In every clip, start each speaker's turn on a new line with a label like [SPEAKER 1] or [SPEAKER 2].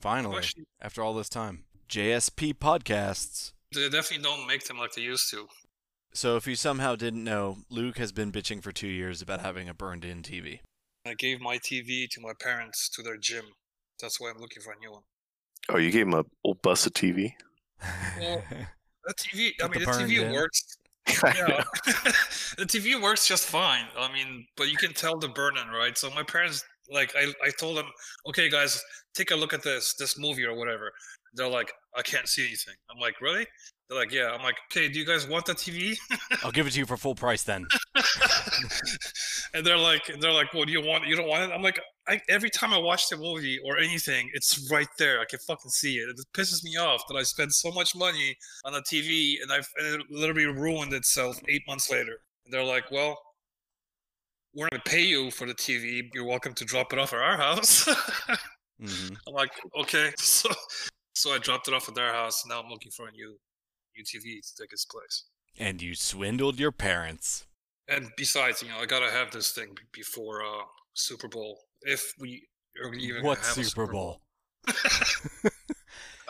[SPEAKER 1] Finally,
[SPEAKER 2] Question.
[SPEAKER 1] after all this time, JSP podcasts.
[SPEAKER 2] They definitely don't make them like they used to.
[SPEAKER 1] So, if you somehow didn't know, Luke has been bitching for two years about having a burned-in TV.
[SPEAKER 2] I gave my TV to my parents to their gym. That's why I'm looking for a new one.
[SPEAKER 3] Oh, you gave him a old bus a TV.
[SPEAKER 2] Well, That TV, I
[SPEAKER 1] Put the
[SPEAKER 2] mean, the
[SPEAKER 1] burn
[SPEAKER 2] TV
[SPEAKER 1] down.
[SPEAKER 2] works. Yeah, the TV works just fine. I mean, but you can tell the burn-in, right? So my parents, like, I, I told them, okay, guys, take a look at this, this movie or whatever. They're like, I can't see anything. I'm like, really? They're like, yeah. I'm like, okay, do you guys want the TV?
[SPEAKER 1] I'll give it to you for full price then.
[SPEAKER 2] and they're like, they're like, well, do you want? You don't want it? I'm like, I, every time I watch the movie or anything, it's right there. I can fucking see it. It pisses me off that I spent so much money on a TV and I've and it literally ruined itself eight months later. And they're like, well, we're gonna pay you for the TV. You're welcome to drop it off at our house. I'm
[SPEAKER 1] hmm
[SPEAKER 2] like, okay. So, so I dropped it off at their house. Now I'm looking for a new, new TV to take its place.
[SPEAKER 1] And you swindled your parents.
[SPEAKER 2] And besides, you know, I gotta have this thing b- before uh, Super Bowl. If we are even
[SPEAKER 1] what
[SPEAKER 2] gonna have a
[SPEAKER 1] Super Bowl?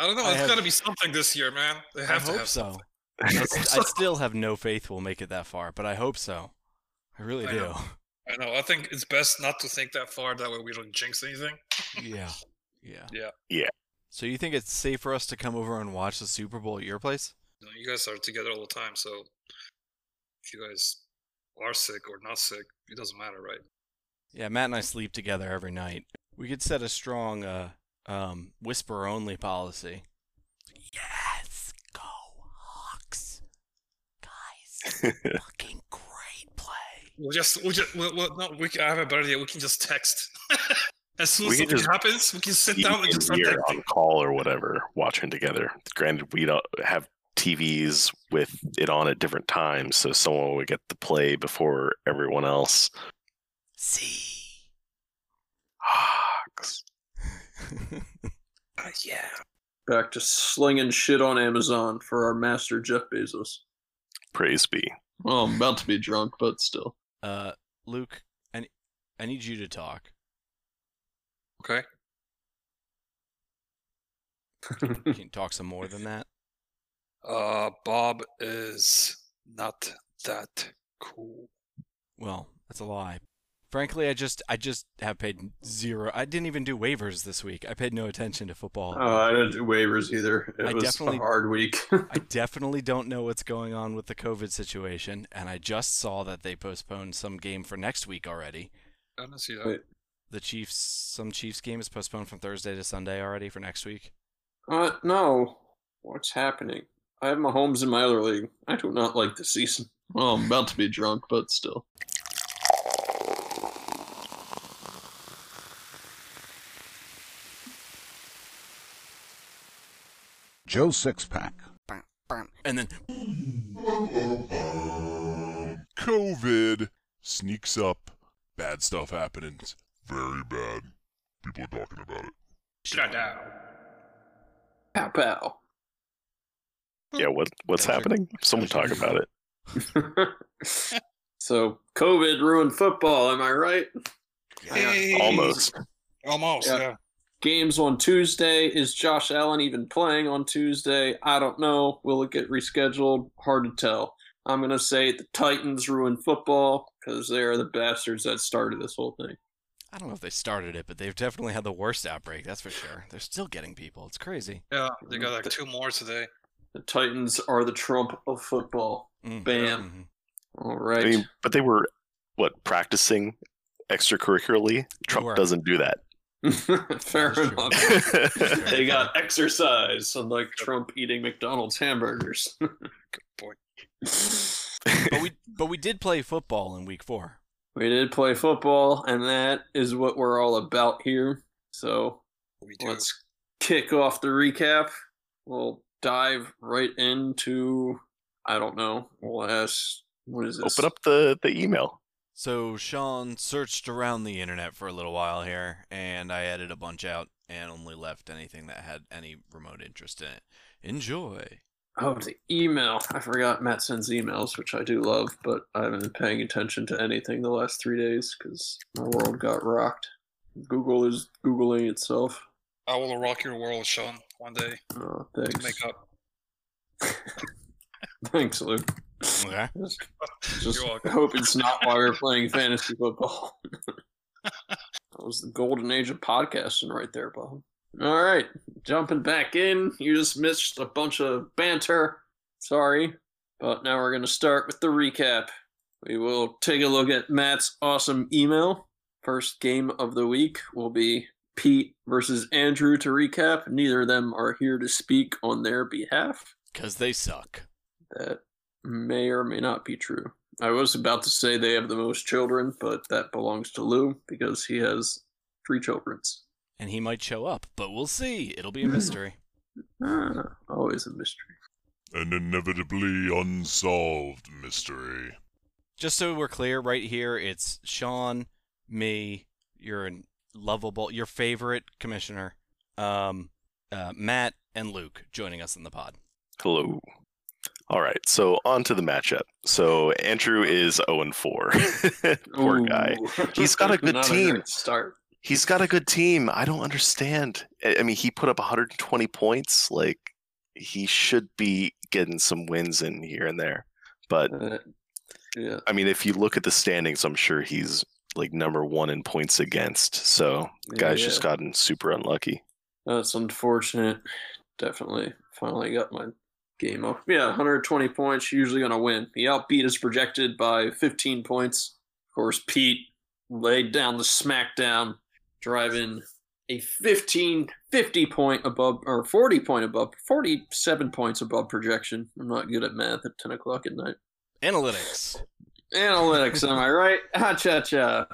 [SPEAKER 2] I don't know.
[SPEAKER 1] I
[SPEAKER 2] It's
[SPEAKER 1] have-
[SPEAKER 2] gotta be something this year, man. They
[SPEAKER 1] I
[SPEAKER 2] have to
[SPEAKER 1] hope
[SPEAKER 2] have
[SPEAKER 1] so.
[SPEAKER 2] something.
[SPEAKER 1] I, s- I still have no faith we'll make it that far, but I hope so. I really
[SPEAKER 2] I
[SPEAKER 1] do.
[SPEAKER 2] know. I know. I think it's best not to think that far. That way, we don't jinx anything.
[SPEAKER 1] yeah. Yeah.
[SPEAKER 2] Yeah.
[SPEAKER 3] Yeah.
[SPEAKER 1] So you think it's safe for us to come over and watch the Super Bowl at your place?
[SPEAKER 2] You, know, you guys are together all the time, so if you guys are sick or not sick, it doesn't matter, right?
[SPEAKER 1] Yeah, Matt and I sleep together every night. We could set a strong uh um whisper only policy. Yes, go Hawks. Guys, fucking great play.
[SPEAKER 2] We'll just, we'll just, we'll, we'll, no, we can, I have a better idea. We can just text. as soon
[SPEAKER 3] We
[SPEAKER 2] as
[SPEAKER 3] can
[SPEAKER 2] something
[SPEAKER 3] just-
[SPEAKER 2] happens, we can sit
[SPEAKER 3] You
[SPEAKER 2] down and
[SPEAKER 3] and
[SPEAKER 2] just start
[SPEAKER 3] we are
[SPEAKER 2] texting.
[SPEAKER 3] on call or whatever, watching together. Granted, we don't have TVs with it on at different times, so someone would get the play before everyone else.
[SPEAKER 1] See.
[SPEAKER 3] Hawks.
[SPEAKER 2] Ah, yeah.
[SPEAKER 4] Back to slinging shit on Amazon for our master Jeff Bezos.
[SPEAKER 3] Praise be.
[SPEAKER 4] Well, I'm about to be drunk, but still.
[SPEAKER 1] Uh Luke, I, ne- I need you to talk.
[SPEAKER 2] Okay.
[SPEAKER 1] Can you talk some more than that?
[SPEAKER 2] Uh, Bob is not that cool.
[SPEAKER 1] Well, that's a lie. Frankly, I just I just have paid zero. I didn't even do waivers this week. I paid no attention to football.
[SPEAKER 4] Oh, I didn't do waivers either. It
[SPEAKER 1] I
[SPEAKER 4] was
[SPEAKER 1] definitely-
[SPEAKER 4] a hard week.
[SPEAKER 1] I definitely don't know what's going on with the COVID situation, and I just saw that they postponed some game for next week already.
[SPEAKER 2] I don't see that.
[SPEAKER 4] Wait.
[SPEAKER 1] The Chiefs, some Chiefs game is postponed from Thursday to Sunday already for next week.
[SPEAKER 4] uh, no. What's happening? I have Mahomes in my other league. I do not like the season. Well, I'm about to be drunk, but still.
[SPEAKER 5] Joe Sixpack.
[SPEAKER 1] And then
[SPEAKER 6] COVID sneaks up. Bad stuff happening. Very bad. People are talking about it.
[SPEAKER 2] Shut down.
[SPEAKER 4] Pow pow.
[SPEAKER 2] Hmm.
[SPEAKER 3] Yeah, what what's
[SPEAKER 1] That's a-
[SPEAKER 3] happening? Someone talk
[SPEAKER 1] that's a-
[SPEAKER 3] about it.
[SPEAKER 4] so COVID ruined football, am I right?
[SPEAKER 2] Hey.
[SPEAKER 3] Almost.
[SPEAKER 2] Almost,
[SPEAKER 4] Yeah.
[SPEAKER 2] yeah.
[SPEAKER 4] Games on Tuesday. Is Josh Allen even playing on Tuesday? I don't know. Will it get rescheduled? Hard to tell. I'm gonna say the Titans ruined football because they are the bastards that started this whole thing.
[SPEAKER 1] I don't know if they started it, but they've definitely had the worst outbreak. That's for sure. They're still getting people. It's crazy.
[SPEAKER 2] Yeah, they got like two more today.
[SPEAKER 4] The Titans are the Trump of football.
[SPEAKER 1] Mm.
[SPEAKER 4] Bam.
[SPEAKER 1] Mhm.
[SPEAKER 4] All
[SPEAKER 3] I
[SPEAKER 4] right.
[SPEAKER 3] mean, but they were what practicing extracurricularly. Trump
[SPEAKER 1] were.
[SPEAKER 3] doesn't do that.
[SPEAKER 4] Fair
[SPEAKER 1] That is true.
[SPEAKER 4] enough. They got exercise, unlike Trump eating McDonald's hamburgers.
[SPEAKER 2] Boy.
[SPEAKER 1] But we but we did play football in week four.
[SPEAKER 4] We did play football, and that is what we're all about here. So
[SPEAKER 2] We do.
[SPEAKER 4] let's kick off the recap. We'll dive right into I don't know. We'll ask what is this?
[SPEAKER 3] Open up the the email.
[SPEAKER 1] So Sean searched around the internet for a little while here, and I edited a bunch out and only left anything that had any remote interest in it. Enjoy.
[SPEAKER 4] Oh, the email. I forgot Matt sends emails, which I do love, but I haven't been paying attention to anything the last three days because my world got rocked. Google is googling itself.
[SPEAKER 2] I will rock your world, Sean, one day.
[SPEAKER 4] Oh,
[SPEAKER 2] to
[SPEAKER 4] thanks.
[SPEAKER 2] Make up.
[SPEAKER 4] Thanks, Luke.
[SPEAKER 1] Okay.
[SPEAKER 4] Just, just
[SPEAKER 2] You're welcome.
[SPEAKER 4] hope it's not while we're playing fantasy football. that was the golden age of podcasting right there, Bob. All right, jumping back in. You just missed a bunch of banter. Sorry. But now we're going to start with the recap. We will take a look at Matt's awesome email. First game of the week will be Pete versus Andrew to recap. Neither of them are here to speak on their behalf
[SPEAKER 1] Because they suck.
[SPEAKER 4] that may or may not be true. I was about to say they have the most children, but that belongs to Lou because he has three childrens.
[SPEAKER 1] And he might show up, but we'll see. It'll be a mystery.
[SPEAKER 4] Ah, always a mystery.
[SPEAKER 6] An inevitably unsolved mystery.
[SPEAKER 1] Just so we're clear, right here, it's Sean, me, your lovable, your favorite commissioner, um, uh, Matt, and Luke joining us in the pod.
[SPEAKER 3] Hello. All right, so on to the matchup. So Andrew is 0 and 4. Poor guy.
[SPEAKER 4] Ooh.
[SPEAKER 3] He's got a good
[SPEAKER 4] Not
[SPEAKER 3] team.
[SPEAKER 4] great start.
[SPEAKER 3] He's got a good team. I don't understand. I I mean, he put up 120 points. Like, he should be getting some wins in here and there. But
[SPEAKER 4] Uh, yeah.
[SPEAKER 3] I mean, if you look at the standings, I'm sure he's like number one in points against. So, guy's
[SPEAKER 4] yeah.
[SPEAKER 3] just gotten super unlucky.
[SPEAKER 4] That's unfortunate. Definitely. Finally got my game up. Yeah, 120 points, usually going to win. He outbeat his projected by 15 points. Of course, Pete laid down the smackdown, driving a 15, 50 point above, or 40 point above, 47 points above projection. I'm not good at math at 10 o'clock at night.
[SPEAKER 1] Analytics.
[SPEAKER 4] Analytics, am I right? Ha cha cha.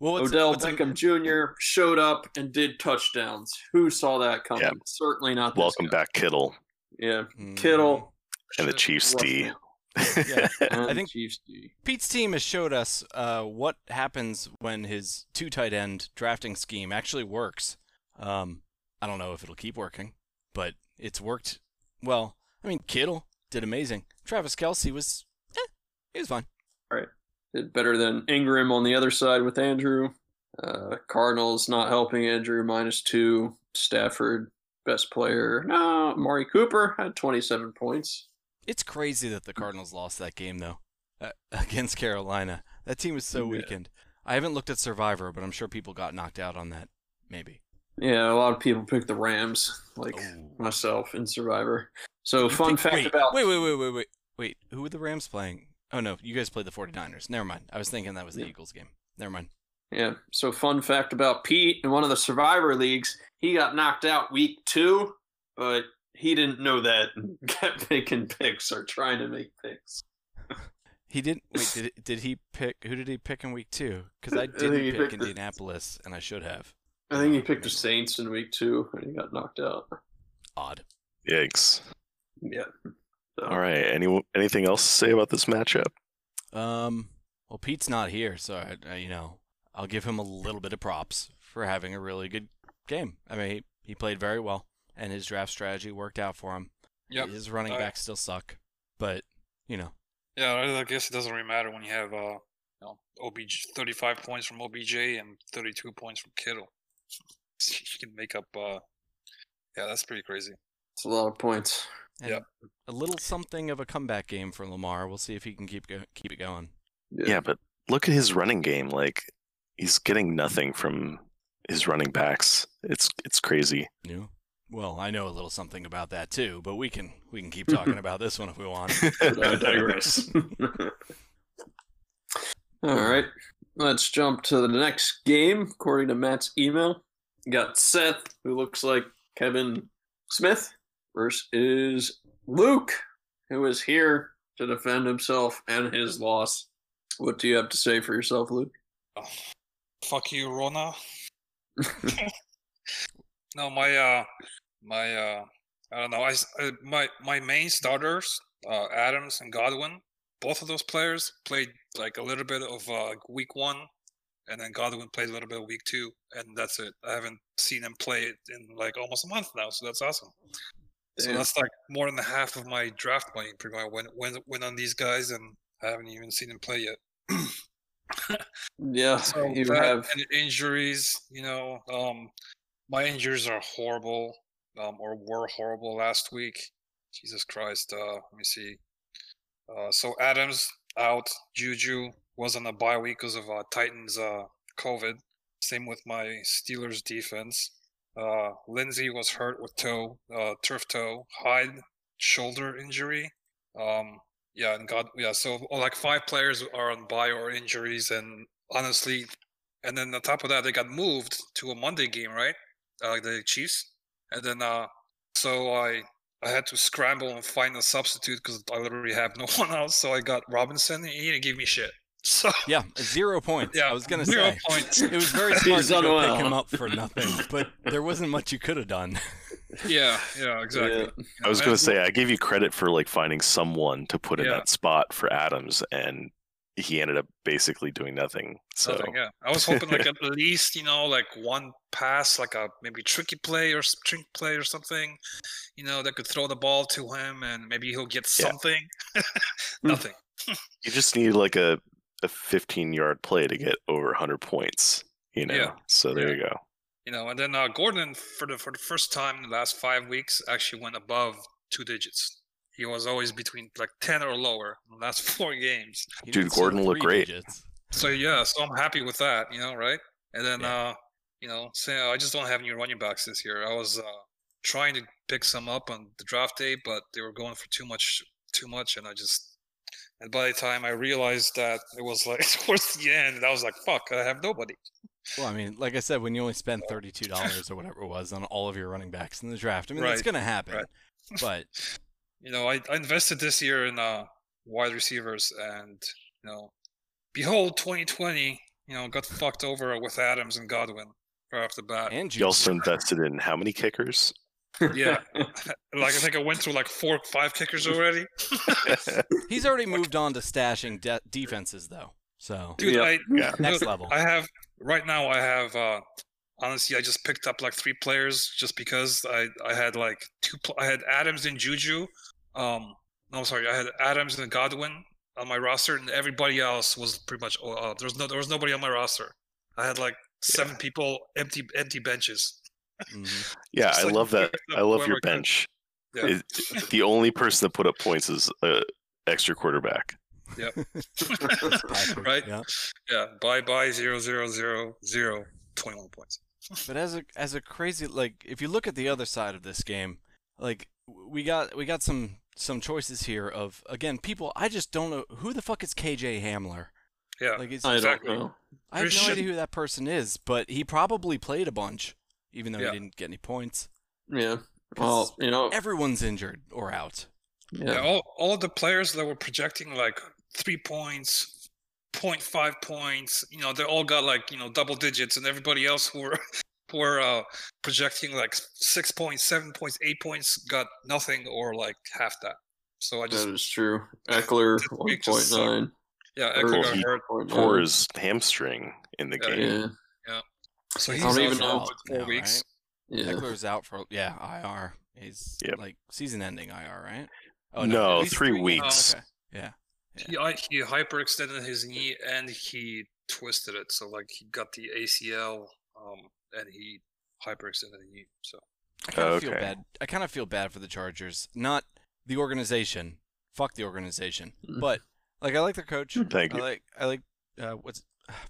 [SPEAKER 1] Well, what's,
[SPEAKER 4] Odell
[SPEAKER 1] what's-
[SPEAKER 4] Beckham Jr. showed up and did touchdowns. Who saw that coming?
[SPEAKER 3] Yeah.
[SPEAKER 4] Certainly not. This
[SPEAKER 3] Welcome
[SPEAKER 4] guy.
[SPEAKER 3] back, Kittle
[SPEAKER 4] Yeah,
[SPEAKER 1] Mm.
[SPEAKER 4] Kittle
[SPEAKER 3] and the
[SPEAKER 2] Shit.
[SPEAKER 3] Chiefs D.
[SPEAKER 1] Yeah.
[SPEAKER 4] I
[SPEAKER 1] think-
[SPEAKER 4] think Chiefs. D.
[SPEAKER 1] Pete's team has showed us uh, what happens when his two tight end drafting scheme actually works. Um, I don't know if it'll keep working, but it's worked. Well, I mean, Kittle did amazing. Travis Kelsey was, eh, he was fine.
[SPEAKER 4] did better than Ingram on the other side with Andrew. Uh, Cardinals not helping Andrew minus two. Stafford best player. No, Mari Cooper had 27 points.
[SPEAKER 1] It's crazy that the Cardinals lost that game though uh, against Carolina. That team was so
[SPEAKER 4] Yeah.
[SPEAKER 1] weakened. I haven't looked at Survivor, but I'm sure people got knocked out on that. Maybe.
[SPEAKER 4] Yeah, a lot of people picked the Rams, like
[SPEAKER 1] Oh.
[SPEAKER 4] myself in Survivor. So
[SPEAKER 1] You
[SPEAKER 4] fun
[SPEAKER 1] think-
[SPEAKER 4] fact
[SPEAKER 1] wait,
[SPEAKER 4] about
[SPEAKER 1] wait, wait, wait, wait, wait, wait. Who were the Rams playing? Oh no, you guys played the 49ers. Never mind. I was thinking that was the
[SPEAKER 4] Yeah.
[SPEAKER 1] Eagles game. Never mind.
[SPEAKER 4] Yeah. So fun fact about Pete in one of the Survivor leagues, he got knocked out week two, but he didn't know that and kept making picks or trying to make picks.
[SPEAKER 1] He didn't. Wait, did did he pick? Who did he pick in week two? Because I
[SPEAKER 4] I think he
[SPEAKER 1] didn't pick
[SPEAKER 4] picked the-
[SPEAKER 1] Indianapolis, and I should have.
[SPEAKER 4] I think he picked the Saints in week two and he got knocked out.
[SPEAKER 1] Odd.
[SPEAKER 3] Yikes.
[SPEAKER 4] Yeah. So,
[SPEAKER 3] All right. Any, anything else to say about this matchup?
[SPEAKER 1] Um. Well, Pete's not here, so I, I, you know, I'll give him a little bit of props for having a really good game. I mean, he, he played very well, and his draft strategy worked out for him.
[SPEAKER 2] Yep.
[SPEAKER 1] His running
[SPEAKER 2] I-
[SPEAKER 1] backs still suck, but you know,
[SPEAKER 2] Yeah, I I guess it doesn't really matter when you have uh, you know, OBJ, 35 points from OBJ and 32 points from Kittle. You can make up. Uh, yeah, that's pretty crazy.
[SPEAKER 4] It's a lot of points.
[SPEAKER 1] and
[SPEAKER 2] Yep.
[SPEAKER 1] a little something of a comeback game for Lamar. We'll see if he can keep go- keep it going.
[SPEAKER 3] Yeah, but look at his running game. Like he's getting nothing from his running backs. It's it's crazy.
[SPEAKER 1] New. Well, I know a little something about that too, but we can we can keep talking about this one if we want.
[SPEAKER 4] but I digress. All right, let's jump to the next game. According to Matt's email, we got Seth, who looks like Kevin Smith, versus Luke, who is here to defend himself and his loss. What do you have to say for yourself, Luke?
[SPEAKER 2] Oh, fuck you, Rona. no, my uh, my uh, I don't know. I, s- I- my my main starters, uh, Adams and Godwin. Both of those players played like a little bit of uh, week one, and then Godwin played a little bit of week two, and that's it. I haven't seen him play it in like almost a month now, so that's awesome. So
[SPEAKER 4] Damn.
[SPEAKER 2] that's like more than half of my draft money pretty much went went went on these guys, and I haven't even seen him play yet.
[SPEAKER 4] Yeah,
[SPEAKER 2] So uh,
[SPEAKER 4] you
[SPEAKER 2] that
[SPEAKER 4] have
[SPEAKER 2] and injuries, you know, um, my injuries are horrible, um, or were horrible last week. Jesus Christ. Uh, let me see. Uh, so Adams out. Juju was on a bye week because of uh, Titans uh, COVID. Same with my Steelers defense. Uh, Lindsey was hurt with toe, uh, turf toe. Hyde shoulder injury. Um, yeah, and God, yeah. So oh, like five players are on bye or injuries, and honestly, and then on top of that, they got moved to a Monday game, right? Uh, the Chiefs, and then uh, so I I had to scramble and find a substitute because I literally have no one else. So I got Robinson, and he didn't give me shit. So
[SPEAKER 1] Yeah, zero points.
[SPEAKER 2] Yeah,
[SPEAKER 1] I was gonna
[SPEAKER 2] zero
[SPEAKER 1] say
[SPEAKER 2] points.
[SPEAKER 1] it was very smart
[SPEAKER 4] He's
[SPEAKER 1] to go
[SPEAKER 4] unwell.
[SPEAKER 1] pick him up for nothing, but there wasn't much you could have done.
[SPEAKER 2] yeah, yeah, exactly.
[SPEAKER 4] Yeah.
[SPEAKER 3] I was
[SPEAKER 2] And-
[SPEAKER 3] going to say I gave you credit for like finding someone to put in
[SPEAKER 2] Yeah.
[SPEAKER 3] that spot for Adams, and he ended up basically doing nothing. So
[SPEAKER 2] Nothing, yeah, I was hoping like at least you know like one pass, like a maybe tricky play or s- trick play or something, you know that could throw the ball to him and maybe he'll get
[SPEAKER 3] Yeah. Hmm.
[SPEAKER 2] something. Nothing.
[SPEAKER 3] you just need like a a 15 yard play to get over 100 points. You know,
[SPEAKER 2] Yeah.
[SPEAKER 3] so there
[SPEAKER 2] Yeah.
[SPEAKER 3] you go.
[SPEAKER 2] You know, and then uh, Gordon for the for the first time in the last five weeks actually went above two digits. He was always between like ten or lower in the last four games.
[SPEAKER 1] He
[SPEAKER 3] Dude,
[SPEAKER 1] didn't sell
[SPEAKER 3] Gordon looked
[SPEAKER 1] three
[SPEAKER 3] great.
[SPEAKER 1] digits.
[SPEAKER 2] So yeah, so I'm happy with that, you know, right? And then
[SPEAKER 1] Yeah.
[SPEAKER 2] uh, you know, say "Oh, I just don't have any running backs this year. I was uh trying to pick some up on the draft day, but they were going for too much too much and I just and by the time I realized that it was like towards the end, I was like, fuck, I have nobody.
[SPEAKER 1] Well, I mean, like I said, when you only spend thirty-two dollars or whatever it was on all of your running backs in the draft, I mean, that's
[SPEAKER 2] Right,
[SPEAKER 1] gonna happen.
[SPEAKER 2] right.
[SPEAKER 1] But
[SPEAKER 2] You know, I, I invested this year in uh wide receivers and you know behold twenty twenty, you know, got fucked over with Adams and Godwin right off the bat.
[SPEAKER 1] and
[SPEAKER 3] You also
[SPEAKER 1] Juju,
[SPEAKER 3] invested in how many kickers?
[SPEAKER 2] Yeah. like I think I went through like four, five kickers already.
[SPEAKER 1] he's already moved on to stashing de- defenses though. So
[SPEAKER 2] Dude,
[SPEAKER 4] Yeah.
[SPEAKER 2] I
[SPEAKER 3] Yeah.
[SPEAKER 1] next
[SPEAKER 2] look,
[SPEAKER 1] level.
[SPEAKER 2] I have right now. I have uh honestly, I just picked up like three players just because I I had like two. Pl- I had Adams and Juju. Um, no, sorry, I had Adams and Godwin on my roster, and everybody else was pretty much. Uh, there was no there was nobody on my roster. I had like seven people empty empty benches.
[SPEAKER 1] Mhm.
[SPEAKER 3] Yeah,
[SPEAKER 2] Just,
[SPEAKER 3] I
[SPEAKER 2] like,
[SPEAKER 3] love that.
[SPEAKER 2] picked up
[SPEAKER 3] I love
[SPEAKER 2] whoever I
[SPEAKER 3] your
[SPEAKER 2] could.
[SPEAKER 3] bench.
[SPEAKER 2] Yeah.
[SPEAKER 3] It- the only person that put up points is uh, extra quarterback.
[SPEAKER 1] Patrick,
[SPEAKER 2] right?
[SPEAKER 1] yeah.
[SPEAKER 2] Yeah. Bye bye zero zero zero zero twenty one points.
[SPEAKER 1] But as a as a crazy like, if you look at the other side of this game, like w- we got we got some some choices here of again people I just don't know who the fuck is KJ Hamler.
[SPEAKER 2] Yeah.
[SPEAKER 1] Like it's,
[SPEAKER 4] I don't
[SPEAKER 2] Exactly.
[SPEAKER 4] know.
[SPEAKER 1] I have
[SPEAKER 2] There
[SPEAKER 1] no
[SPEAKER 2] should-
[SPEAKER 1] idea who that person is, but he probably played a bunch, even though
[SPEAKER 2] Yeah.
[SPEAKER 1] he didn't get any points.
[SPEAKER 4] Yeah. Well, you know.
[SPEAKER 1] Everyone's injured or out.
[SPEAKER 2] Yeah,
[SPEAKER 4] Yeah.
[SPEAKER 2] all, all the players that were projecting like three points, 0.5 points, you know, they all got like, you know, double digits, and everybody else who were who were uh, projecting like six points, seven points, eight points got nothing or like half that. So I just
[SPEAKER 4] That is true. Eckler
[SPEAKER 2] week just
[SPEAKER 4] 1.9.
[SPEAKER 2] yeah,
[SPEAKER 4] Or
[SPEAKER 2] Eckler got
[SPEAKER 3] he-
[SPEAKER 2] hurt.
[SPEAKER 3] Tore
[SPEAKER 4] 1.9.
[SPEAKER 3] his hamstring in the
[SPEAKER 2] Yeah.
[SPEAKER 3] game.
[SPEAKER 4] Yeah.
[SPEAKER 2] So
[SPEAKER 4] I
[SPEAKER 2] he's
[SPEAKER 4] don't
[SPEAKER 2] out
[SPEAKER 4] even
[SPEAKER 2] for
[SPEAKER 4] know
[SPEAKER 2] like
[SPEAKER 1] if it's
[SPEAKER 2] four
[SPEAKER 1] now,
[SPEAKER 2] weeks.
[SPEAKER 4] Yeah.
[SPEAKER 1] Eckler's out for yeah IR. He's
[SPEAKER 3] Yep.
[SPEAKER 1] like season-ending IR, right? Oh,
[SPEAKER 3] No,
[SPEAKER 1] at least
[SPEAKER 3] three
[SPEAKER 1] weeks.
[SPEAKER 3] weeks.
[SPEAKER 1] okay. Yeah.
[SPEAKER 2] He I He, he hyperextended his knee and he twisted it. So like he got the ACL um, and he hyperextended the knee. So
[SPEAKER 1] I kind of feel
[SPEAKER 3] Okay.
[SPEAKER 1] bad. I kind of feel bad for the Chargers, not the organization. Fuck the organization.
[SPEAKER 4] Mm.
[SPEAKER 1] But like, I like their coach.
[SPEAKER 3] Thank
[SPEAKER 1] I
[SPEAKER 3] you.
[SPEAKER 1] like. I like. Uh, what's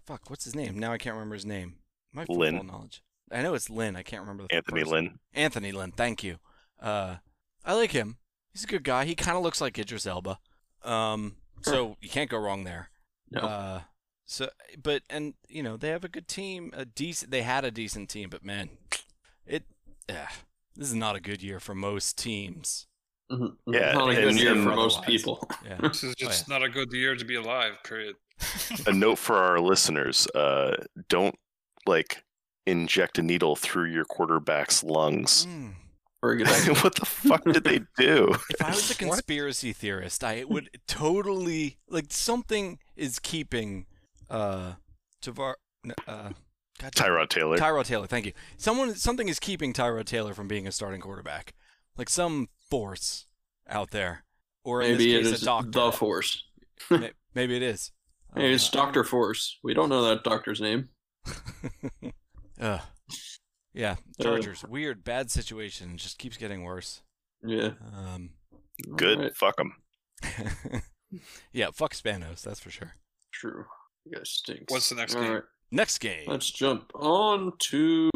[SPEAKER 1] fuck? What's his name? Now I can't remember his name. My football
[SPEAKER 3] Lynn.
[SPEAKER 1] knowledge. I know it's Lynn. I can't remember the
[SPEAKER 3] Anthony
[SPEAKER 1] first-
[SPEAKER 3] Lynn.
[SPEAKER 1] Anthony Lynn. Thank you. Uh, I like him. He's a good guy. He kind of looks like Idris Elba. Um, so you can't go wrong there.
[SPEAKER 4] No.
[SPEAKER 1] Uh, so, but and you know they have a good team. A decent. They had a decent team, but man, it. eh, this is not a good year for most teams.
[SPEAKER 4] Mhm.
[SPEAKER 3] Yeah,
[SPEAKER 4] Not a
[SPEAKER 3] and-
[SPEAKER 4] good year
[SPEAKER 3] and-
[SPEAKER 4] for most
[SPEAKER 1] otherwise.
[SPEAKER 4] people.
[SPEAKER 1] Yeah.
[SPEAKER 2] this is
[SPEAKER 1] Oh,
[SPEAKER 2] just not a good year to be alive. Period.
[SPEAKER 3] a note for our listeners uh don't like inject a needle through your quarterback's lungs
[SPEAKER 1] Mm.
[SPEAKER 4] Very good.
[SPEAKER 1] Mm-hmm.
[SPEAKER 4] idea.
[SPEAKER 3] what the fuck did they do
[SPEAKER 1] If I was a
[SPEAKER 2] What?
[SPEAKER 1] conspiracy theorist, I would totally like something is keeping uh Tavar n- uh God damn-
[SPEAKER 3] tyrod taylor
[SPEAKER 1] Tyrod Taylor, thank you. Someone something is keeping Tyrod Taylor from being a starting quarterback. Like some force out there. Or in
[SPEAKER 4] Maybe
[SPEAKER 1] this
[SPEAKER 4] it
[SPEAKER 1] case
[SPEAKER 4] is
[SPEAKER 1] a doctor.
[SPEAKER 4] the force.
[SPEAKER 1] May- Maybe it is. Oh, I
[SPEAKER 4] Hey,
[SPEAKER 1] don't
[SPEAKER 4] it's
[SPEAKER 1] know.
[SPEAKER 4] Doctor Force. We don't know that doctor's name.
[SPEAKER 1] Ugh. Yeah,
[SPEAKER 4] Uh,
[SPEAKER 1] Chargers. Weird, bad situation. It Just keeps getting worse.
[SPEAKER 4] Yeah.
[SPEAKER 1] Um,
[SPEAKER 3] Good.
[SPEAKER 4] Alright,
[SPEAKER 3] Fuck them.
[SPEAKER 1] yeah, fuck Spanos, that's for sure.
[SPEAKER 4] true. You guys stinks.
[SPEAKER 2] What's the next
[SPEAKER 4] All
[SPEAKER 2] game?
[SPEAKER 4] right,
[SPEAKER 1] Next game.
[SPEAKER 4] let's jump on to.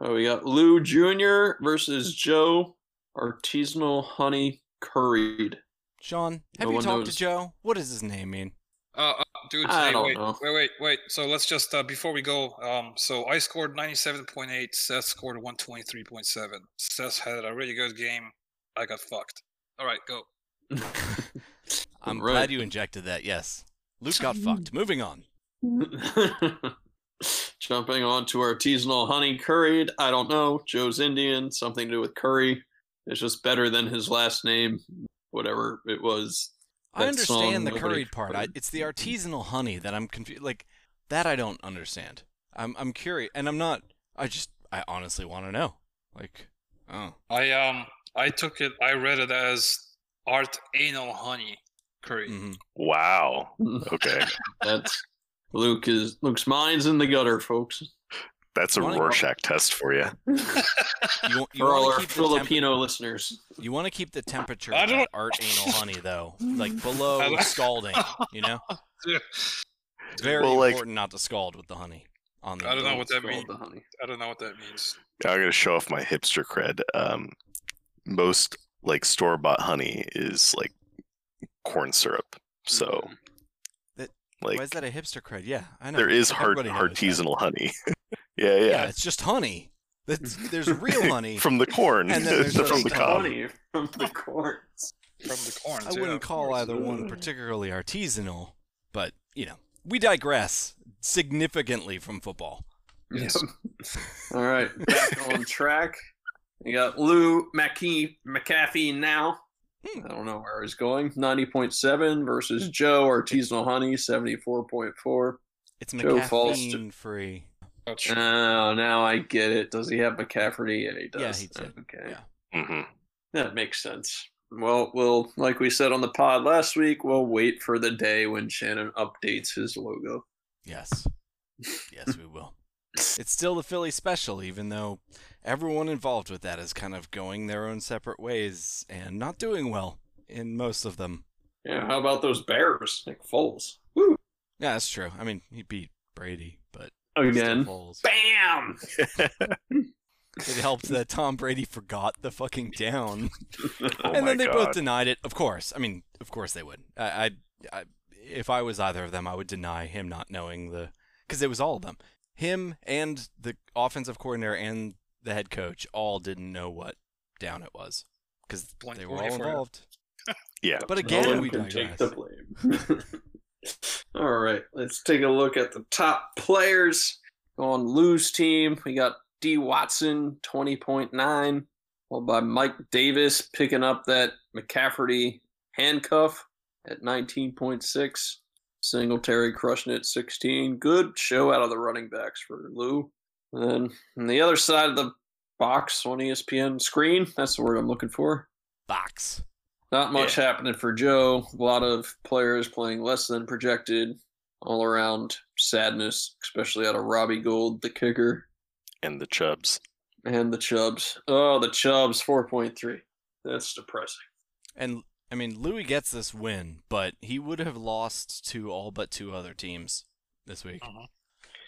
[SPEAKER 4] Oh, we got Lou Jr. versus Joe Artisanal Honey Curried.
[SPEAKER 1] Sean, have
[SPEAKER 4] No
[SPEAKER 1] you
[SPEAKER 4] one
[SPEAKER 1] talked
[SPEAKER 4] knows.
[SPEAKER 1] to Joe? What does his name mean?
[SPEAKER 2] Uh, uh, dude,
[SPEAKER 4] I
[SPEAKER 2] hey,
[SPEAKER 4] don't
[SPEAKER 2] wait,
[SPEAKER 4] know.
[SPEAKER 2] wait, wait, wait. So let's just uh, before we go. Um, so I scored ninety-seven point eight. Seth scored one twenty-three point seven. Seth had a really good game. I got fucked. All right, go.
[SPEAKER 1] I'm
[SPEAKER 4] Right.
[SPEAKER 1] glad you injected that, yes. Luke got fucked. Moving on.
[SPEAKER 4] Jumping on to artisanal honey curried. I don't know. Joe's Indian, something to do with curry. It's just better than his last name, whatever it was.
[SPEAKER 1] I
[SPEAKER 4] That song
[SPEAKER 1] understand the
[SPEAKER 4] nobody
[SPEAKER 1] curried part. I,
[SPEAKER 4] heard.
[SPEAKER 1] it's the artisanal honey that I'm confused. Like that, I don't understand. I'm I'm curious, and I'm not. I just I honestly want to know. Like, oh,
[SPEAKER 2] I um, I took it. I read it as art anal honey curry.
[SPEAKER 1] hmm
[SPEAKER 3] Wow. Okay.
[SPEAKER 4] That's Luke is Luke's mind's in the gutter, folks.
[SPEAKER 3] That's a
[SPEAKER 1] Wanna-
[SPEAKER 3] Rorschach test for you.
[SPEAKER 1] you, you
[SPEAKER 4] For all
[SPEAKER 1] want
[SPEAKER 4] our
[SPEAKER 1] to keep the temp-
[SPEAKER 4] Filipino listeners.
[SPEAKER 1] you want to keep the temperature
[SPEAKER 2] I
[SPEAKER 1] of
[SPEAKER 2] don't-
[SPEAKER 1] that art anal honey though, like below
[SPEAKER 2] don't-
[SPEAKER 1] scalding. You know,
[SPEAKER 2] Dude,
[SPEAKER 1] it's very
[SPEAKER 3] Well, like-
[SPEAKER 1] important not to scald with the honey. On the
[SPEAKER 2] I don't know what that
[SPEAKER 4] Scald
[SPEAKER 2] means.
[SPEAKER 4] the honey.
[SPEAKER 2] I don't know what that means.
[SPEAKER 3] I'm gonna show off my hipster cred. Um, most like store bought honey is like corn syrup. So
[SPEAKER 1] Mm. That-
[SPEAKER 3] like
[SPEAKER 1] Why is that a hipster cred? Yeah, I know.
[SPEAKER 3] there is hard,
[SPEAKER 1] Everybody knows that.
[SPEAKER 3] artisanal honey. yeah, yeah.
[SPEAKER 1] Yeah. it's just honey. That's, there's real honey.
[SPEAKER 3] From the corn,
[SPEAKER 1] And then there's
[SPEAKER 3] from
[SPEAKER 1] just
[SPEAKER 3] the
[SPEAKER 1] the
[SPEAKER 3] cob.
[SPEAKER 4] honey from the corns.
[SPEAKER 2] From the corn.
[SPEAKER 1] I
[SPEAKER 2] too,
[SPEAKER 1] wouldn't
[SPEAKER 2] of
[SPEAKER 1] call
[SPEAKER 2] course.
[SPEAKER 1] either one particularly artisanal, but you know, we digress significantly from football.
[SPEAKER 2] Yes.
[SPEAKER 4] Yep. All right, back on track. We got Lou McKee, McAfee now.
[SPEAKER 1] Hmm.
[SPEAKER 4] I don't know where he's going. 90.7 versus Joe Artisanal Honey, 74.4.
[SPEAKER 1] It's
[SPEAKER 4] Joe Falls to-
[SPEAKER 1] McCaffeine free.
[SPEAKER 2] Oh,
[SPEAKER 4] Oh,
[SPEAKER 2] sure.
[SPEAKER 4] now I get it. Does he have McCafferty? Yeah, he does.
[SPEAKER 1] Yeah, he did.
[SPEAKER 4] Okay.
[SPEAKER 1] Yeah.
[SPEAKER 3] hmm
[SPEAKER 4] That makes sense. Well, we'll, like we said on the pod last week, we'll wait for the day when Shannon updates his logo.
[SPEAKER 1] Yes. Yes, we will. It's still the Philly special, even though everyone involved with that is kind of going their own separate ways and not doing well in most of them.
[SPEAKER 4] Yeah, how about those Bears? Nick Foles. Woo!
[SPEAKER 1] Yeah, that's true. I mean, he beat Brady, but
[SPEAKER 4] Again.
[SPEAKER 1] still Foles.
[SPEAKER 4] Bam!
[SPEAKER 1] it helped that Tom Brady forgot the fucking down.
[SPEAKER 3] Oh
[SPEAKER 1] and
[SPEAKER 3] my
[SPEAKER 1] then they
[SPEAKER 3] god.
[SPEAKER 1] both denied it. Of course, I mean, of course they would. I, I, I if I was either of them, I would deny him not knowing the, because it was all of them, him and the offensive coordinator and the head coach all didn't know what down it was, because
[SPEAKER 2] Blink
[SPEAKER 1] they were all
[SPEAKER 2] 24.
[SPEAKER 1] involved.
[SPEAKER 3] yeah.
[SPEAKER 1] But
[SPEAKER 4] no
[SPEAKER 1] again,
[SPEAKER 4] one
[SPEAKER 1] we
[SPEAKER 4] can
[SPEAKER 1] digress.
[SPEAKER 4] take the blame. All right, let's take a look at the top players on Lou's team. We got D Watson, 20.9, followed by Mike Davis picking up that McCafferty handcuff at 19.6. Singletary crushing it at 16. Good show out of the running backs for Lou. And then on the other side of the box on E ESPN screen, that's the word I'm looking for.
[SPEAKER 1] Box.
[SPEAKER 4] Not much happening for Joe. A lot of players playing less than projected. All around sadness, especially out of Robbie Gold, the kicker,
[SPEAKER 3] And the chubs.
[SPEAKER 4] and the Chubs. Oh, the Chubs, 4.3. That's depressing.
[SPEAKER 1] And I mean, Louis gets this win, but he would have lost to all but two other teams this week.
[SPEAKER 2] Uh-huh.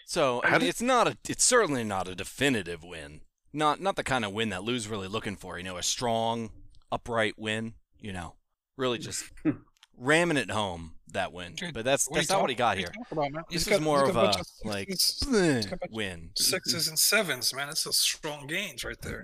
[SPEAKER 1] So I
[SPEAKER 3] How
[SPEAKER 1] mean,
[SPEAKER 3] did-
[SPEAKER 1] it's not a, it's certainly not a definitive win. Not not the kind of win that Lou's really looking for. You know, a strong, upright win. You know, really
[SPEAKER 4] Hmm.
[SPEAKER 1] just ramming it home that win.
[SPEAKER 2] Dude,
[SPEAKER 1] But that's
[SPEAKER 2] What are
[SPEAKER 1] that's
[SPEAKER 2] you
[SPEAKER 1] not what he got
[SPEAKER 2] talking-
[SPEAKER 1] here.
[SPEAKER 2] what are you talking about, man?
[SPEAKER 1] This
[SPEAKER 2] He's
[SPEAKER 1] is
[SPEAKER 2] got-
[SPEAKER 1] more
[SPEAKER 2] he's
[SPEAKER 1] of
[SPEAKER 2] got bunch
[SPEAKER 1] a like
[SPEAKER 2] s- got a bunch of
[SPEAKER 1] win.
[SPEAKER 2] sixes and sevens, man. That's a strong gains right there.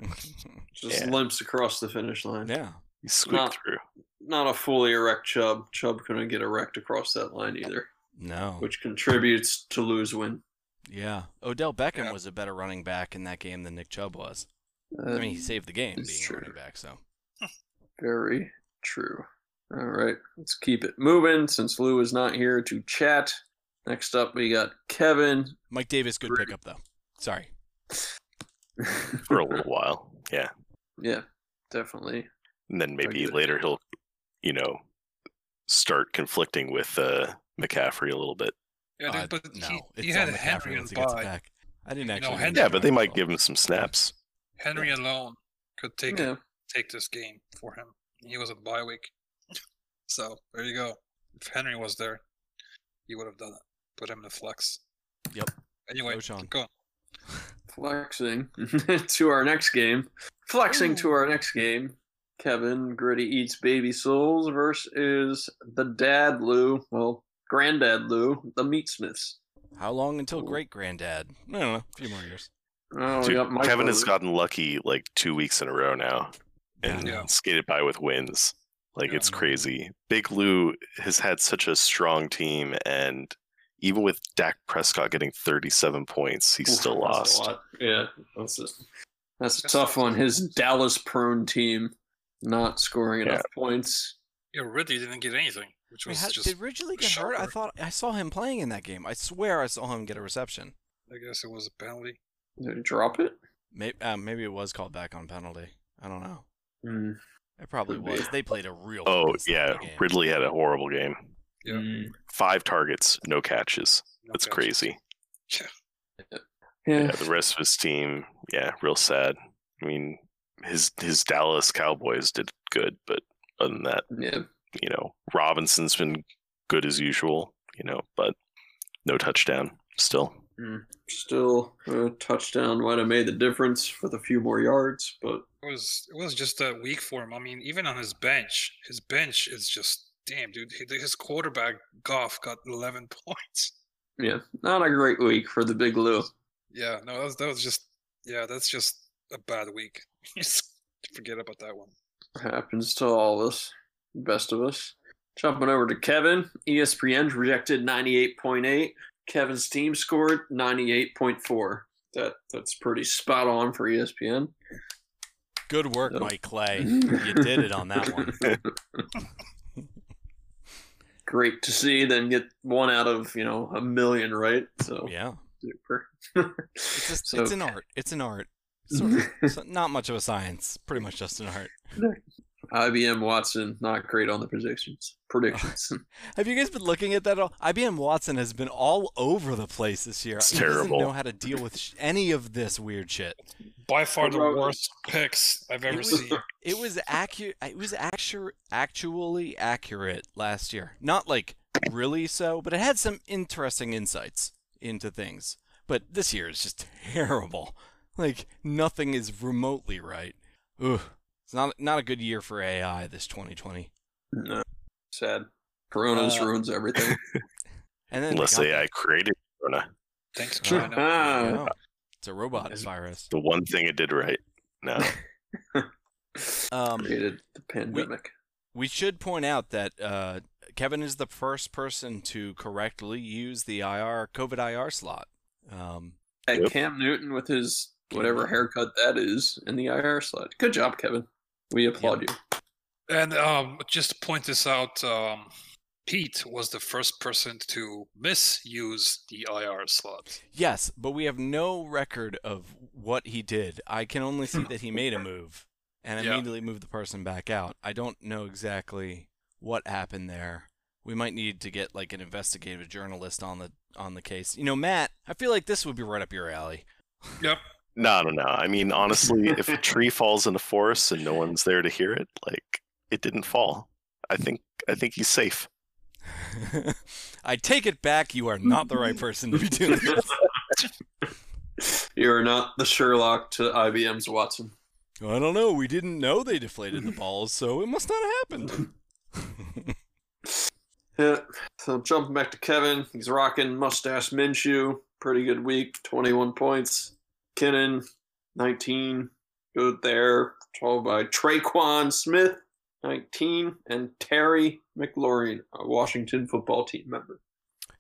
[SPEAKER 4] Just
[SPEAKER 3] Yeah.
[SPEAKER 4] limps across the finish line.
[SPEAKER 1] yeah,
[SPEAKER 3] You squeak
[SPEAKER 4] Not-
[SPEAKER 3] through.
[SPEAKER 4] Not a fully erect Chubb. Chubb couldn't get erect across that line either,
[SPEAKER 1] no,
[SPEAKER 4] which contributes to lose win.
[SPEAKER 1] yeah. Odell Beckham
[SPEAKER 2] Yeah.
[SPEAKER 1] was a better running back in that game than Nick Chubb was.
[SPEAKER 4] Uh,
[SPEAKER 1] I mean, he saved the game
[SPEAKER 4] it's
[SPEAKER 1] being a
[SPEAKER 4] true.
[SPEAKER 1] running back. So
[SPEAKER 4] Very true. All right, let's keep it moving since Lou is not here to chat. Next up, we got Kevin.
[SPEAKER 1] Mike Davis, good
[SPEAKER 4] Great.
[SPEAKER 1] pickup though. Sorry.
[SPEAKER 3] For a little while. Yeah.
[SPEAKER 4] yeah, definitely.
[SPEAKER 3] And then maybe
[SPEAKER 4] good.
[SPEAKER 3] later he'll, you know, start conflicting with uh McCaffrey a little bit.
[SPEAKER 2] Yeah, dude,
[SPEAKER 1] Uh,
[SPEAKER 2] but
[SPEAKER 1] no,
[SPEAKER 2] he,
[SPEAKER 1] it's
[SPEAKER 2] he had
[SPEAKER 1] on McCaffrey
[SPEAKER 2] Henry
[SPEAKER 1] once
[SPEAKER 2] and
[SPEAKER 1] he gets it
[SPEAKER 2] by.
[SPEAKER 1] back. I didn't actually.
[SPEAKER 2] Henry-
[SPEAKER 1] mention
[SPEAKER 3] Yeah, but they might
[SPEAKER 1] Redfall.
[SPEAKER 3] give him some snaps.
[SPEAKER 2] Henry alone could take
[SPEAKER 4] Yeah.
[SPEAKER 2] it, take this game for him. He was at the bye week, so there you go. If Henry was there, he would have done it. Put him in the flex.
[SPEAKER 1] Yep.
[SPEAKER 2] Anyway,
[SPEAKER 1] Go, Sean.
[SPEAKER 2] keep going.
[SPEAKER 4] Flexing to our next game. Flexing to our next game. Kevin Gritty Eats Baby Souls versus the Dad Lou. Well, Granddad Lou, the Meat Smiths.
[SPEAKER 1] How long until great granddad? No, no, a few more years.
[SPEAKER 4] Oh, we
[SPEAKER 3] Dude,
[SPEAKER 4] got Mike
[SPEAKER 3] Kevin has
[SPEAKER 4] Rose.
[SPEAKER 3] gotten lucky like two weeks in a row now and
[SPEAKER 2] Yeah.
[SPEAKER 3] skated by with wins. Like
[SPEAKER 2] Yeah.
[SPEAKER 3] it's crazy. Big Lou has had such a strong team and even with Dak Prescott getting 37 points, he
[SPEAKER 4] Oof,
[SPEAKER 3] still
[SPEAKER 4] that's a
[SPEAKER 3] lost.
[SPEAKER 4] lot. Yeah, that's a, that's a
[SPEAKER 2] That's
[SPEAKER 4] tough
[SPEAKER 2] not
[SPEAKER 4] one.
[SPEAKER 2] good.
[SPEAKER 4] His Dallas prone team not scoring enough points.
[SPEAKER 2] Yeah, Ridley didn't get anything, which
[SPEAKER 1] Wait,
[SPEAKER 2] was
[SPEAKER 1] how,
[SPEAKER 2] just.
[SPEAKER 1] did Ridgely get hurt? I
[SPEAKER 2] shocker.
[SPEAKER 1] thought I saw him playing in that game. I swear I saw him get a reception.
[SPEAKER 2] I guess it was a penalty.
[SPEAKER 4] Did he drop it?
[SPEAKER 1] Maybe, uh, maybe it was called back on penalty. I don't know.
[SPEAKER 4] Hmm.
[SPEAKER 1] It probably
[SPEAKER 4] Could be.
[SPEAKER 1] was. They played a real.
[SPEAKER 3] Oh,
[SPEAKER 1] piss
[SPEAKER 3] yeah.
[SPEAKER 1] that game.
[SPEAKER 3] Ridley had a horrible game.
[SPEAKER 2] Yeah.
[SPEAKER 1] Mm,
[SPEAKER 4] Hmm.
[SPEAKER 3] Five targets, no catches.
[SPEAKER 2] No
[SPEAKER 3] That's
[SPEAKER 2] catches.
[SPEAKER 3] crazy.
[SPEAKER 4] Yeah.
[SPEAKER 3] Yeah, the rest of his team, yeah, real sad. I mean, his his Dallas Cowboys did good, but other than that,
[SPEAKER 4] yeah.
[SPEAKER 3] you know, Robinson's been good as usual, you know, but no touchdown still.
[SPEAKER 4] Still a touchdown might have made the difference with a few more yards, but
[SPEAKER 2] It was it was just that weak for him. I mean, even on his bench, his bench is just damn, dude. He- His quarterback Goff got 11 points.
[SPEAKER 4] yeah, not a great week for the Big Lou.
[SPEAKER 2] Yeah, no, that was, that was just yeah, that's just a bad week. Just Forget about that one.
[SPEAKER 4] Happens to all of us, best of us. Jumping over to Kevin, E ESPN projected 98.8. Kevin's team scored 98.4. That that's pretty spot on for E ESPN.
[SPEAKER 1] Good work,
[SPEAKER 4] Yep.
[SPEAKER 1] Mike Clay. you did it on that one.
[SPEAKER 4] Great to see. Then get one out of you know a million, right? So
[SPEAKER 1] Yeah.
[SPEAKER 4] super.
[SPEAKER 1] It's just,
[SPEAKER 4] So-
[SPEAKER 1] it's an art. It's an art. Sort of. It's not much of a science. Pretty much just an art.
[SPEAKER 4] IBM Watson not great on the predictions. Predictions.
[SPEAKER 1] Have you guys been looking at that? All? IBM Watson has been all over the place this year.
[SPEAKER 3] It's
[SPEAKER 1] he Doesn't
[SPEAKER 3] terrible.
[SPEAKER 1] know how to deal with sh- any of this weird shit.
[SPEAKER 2] By far the
[SPEAKER 4] About-
[SPEAKER 2] worst picks I've ever
[SPEAKER 1] was-
[SPEAKER 2] seen.
[SPEAKER 1] It was accurate. It was actu- actually accurate last year. Not like really so, but it had some interesting insights into things. But this year is just terrible. Like nothing is remotely right. Ugh. It's not not a good year for AI this 2020.
[SPEAKER 4] no, sad. Corona's
[SPEAKER 1] Uh,
[SPEAKER 4] ruins everything.
[SPEAKER 1] And then
[SPEAKER 3] Unless
[SPEAKER 1] got-
[SPEAKER 3] AI created Corona,
[SPEAKER 2] Thanks,
[SPEAKER 1] Oh.
[SPEAKER 2] China.
[SPEAKER 1] I
[SPEAKER 4] Ah.
[SPEAKER 1] know. It's a robot virus.
[SPEAKER 3] the one thing it did right. No,
[SPEAKER 1] Um,
[SPEAKER 4] created the pandemic.
[SPEAKER 1] We should point out that uh, Kevin is the first person to correctly use the IR COVID IR slot. Um,
[SPEAKER 4] At
[SPEAKER 3] Yep.
[SPEAKER 4] Cam Newton with his
[SPEAKER 1] Cam
[SPEAKER 4] whatever
[SPEAKER 1] Newton.
[SPEAKER 4] haircut that is in the IR slide. Good job, Kevin. We applaud
[SPEAKER 2] And um, just to point this out, um, Pete was the first person to misuse the IR slot.
[SPEAKER 1] yes, but we have no record of what he did. I can only see that he made a move and
[SPEAKER 2] Yeah.
[SPEAKER 1] immediately moved the person back out. I don't know exactly what happened there. We might need to get like an investigative journalist on the on the case. You know, Matt, I feel like this would be right up your alley.
[SPEAKER 2] Yep.
[SPEAKER 3] no, no, no. I mean, honestly, if a tree falls in the forest and no one's there to hear it, like it didn't fall. I think I think he's safe.
[SPEAKER 1] I take it back. You are not the right person to be doing this.
[SPEAKER 4] you. You are not the Sherlock to IBM's Watson.
[SPEAKER 1] I don't know. We didn't know they deflated the balls, so it must not have happened.
[SPEAKER 4] Yeah. So jumping back to Kevin, he's rocking mustache Minshew. Pretty good week, 21 points. Kinnan, 19. Good there. Followed by Traquan Smith, 19. And Terry McLaurin, a Washington football team member.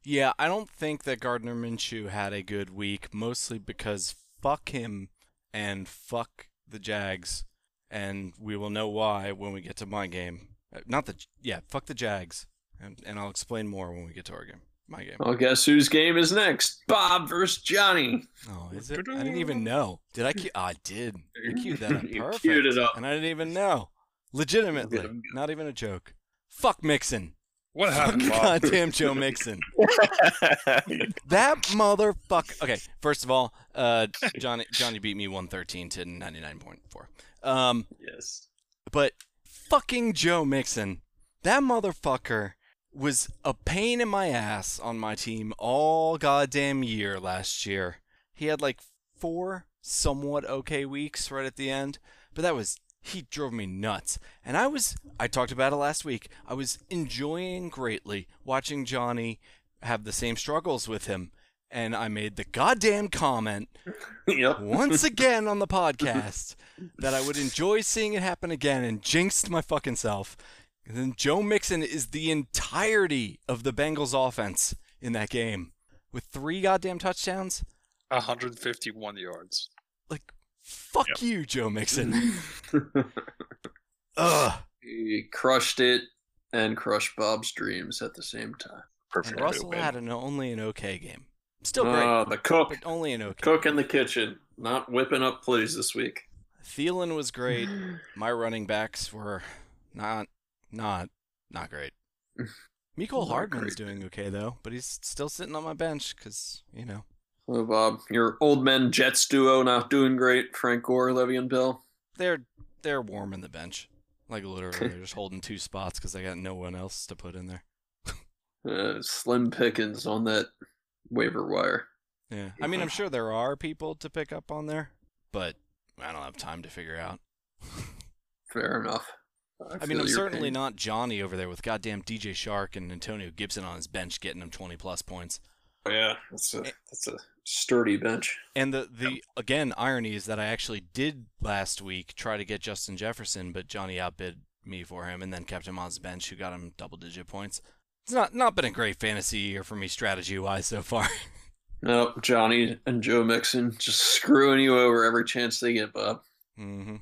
[SPEAKER 1] yeah, I don't think that Gardner Minshew had a good week, mostly because fuck him and fuck the Jags, and we will know why when we get to my game. Uh, Not the yeah, fuck the Jags, and and I'll explain more when we get to our game, my game.
[SPEAKER 4] Well, guess whose game is next? Bob versus Johnny.
[SPEAKER 1] Oh, is it? I didn't even know. Did I? Cue- I did. You queued that up perfect.
[SPEAKER 4] You queued it up.
[SPEAKER 1] and I didn't even know. Legitimately,
[SPEAKER 4] Good.
[SPEAKER 1] not even a joke. Fuck Mixon.
[SPEAKER 2] What happened, Bob?
[SPEAKER 1] Goddamn Joe Mixon. That motherfucker. Okay, first of all, uh, Johnny Johnny beat me 113 to 99.4. Um,
[SPEAKER 4] Yes.
[SPEAKER 1] but fucking Joe Mixon, that motherfucker was a pain in my ass on my team all goddamn year last year. He had like four somewhat okay weeks right at the end, but that was he drove me nuts. And I was I talked about it last week. I was enjoying greatly watching Johnny have the same struggles with him. And I made the goddamn comment
[SPEAKER 4] Yep.
[SPEAKER 1] once again on the podcast that I would enjoy seeing it happen again and jinxed my fucking self. And then Joe Mixon is the entirety of the Bengals offense in that game with three goddamn touchdowns.
[SPEAKER 2] 151 yards.
[SPEAKER 1] Like, fuck you, Joe Mixon. Ugh.
[SPEAKER 4] he crushed it and crushed Bob's dreams at the same time.
[SPEAKER 1] And
[SPEAKER 3] Perfect. way to
[SPEAKER 1] Russell
[SPEAKER 3] win. Uh,
[SPEAKER 1] had an, only an okay game. Still great,
[SPEAKER 4] Ah, the cook.
[SPEAKER 1] but only an okay.
[SPEAKER 4] Cook in the kitchen. Not whipping up plays this week.
[SPEAKER 1] Thielen was great. My running backs were not, not, not great. Miko
[SPEAKER 4] Not
[SPEAKER 1] Hardman's
[SPEAKER 4] great.
[SPEAKER 1] doing okay though, but he's still sitting on my bench because you know.
[SPEAKER 4] Oh, Bob, your old men Jets duo not doing great. Frank Gore, Le'Veon Bell.
[SPEAKER 1] they're they're warm in the bench. Like literally, they're just holding two spots because they got no one else to put in there.
[SPEAKER 4] Uh, slim pickings on that waiver wire.
[SPEAKER 1] Yeah, I mean, I'm sure there are people to pick up on there, but I don't have time to figure out.
[SPEAKER 4] Fair enough.
[SPEAKER 1] I mean, I'm certainly not Johnny over there with goddamn DJ Shark and Antonio Gibson on his bench getting him 20 plus points.
[SPEAKER 4] not. Oh, Yeah, that's a that's a sturdy bench.
[SPEAKER 1] And the the again irony is that I actually did last week try to get Justin Jefferson, but Johnny outbid me for him, and then kept him on his bench, who got him double digit points. It's not not been a great fantasy year for me strategy wise so far.
[SPEAKER 4] Nope, Johnny and Joe Mixon just screwing you over every chance they get, Bob.
[SPEAKER 1] Mm-hmm.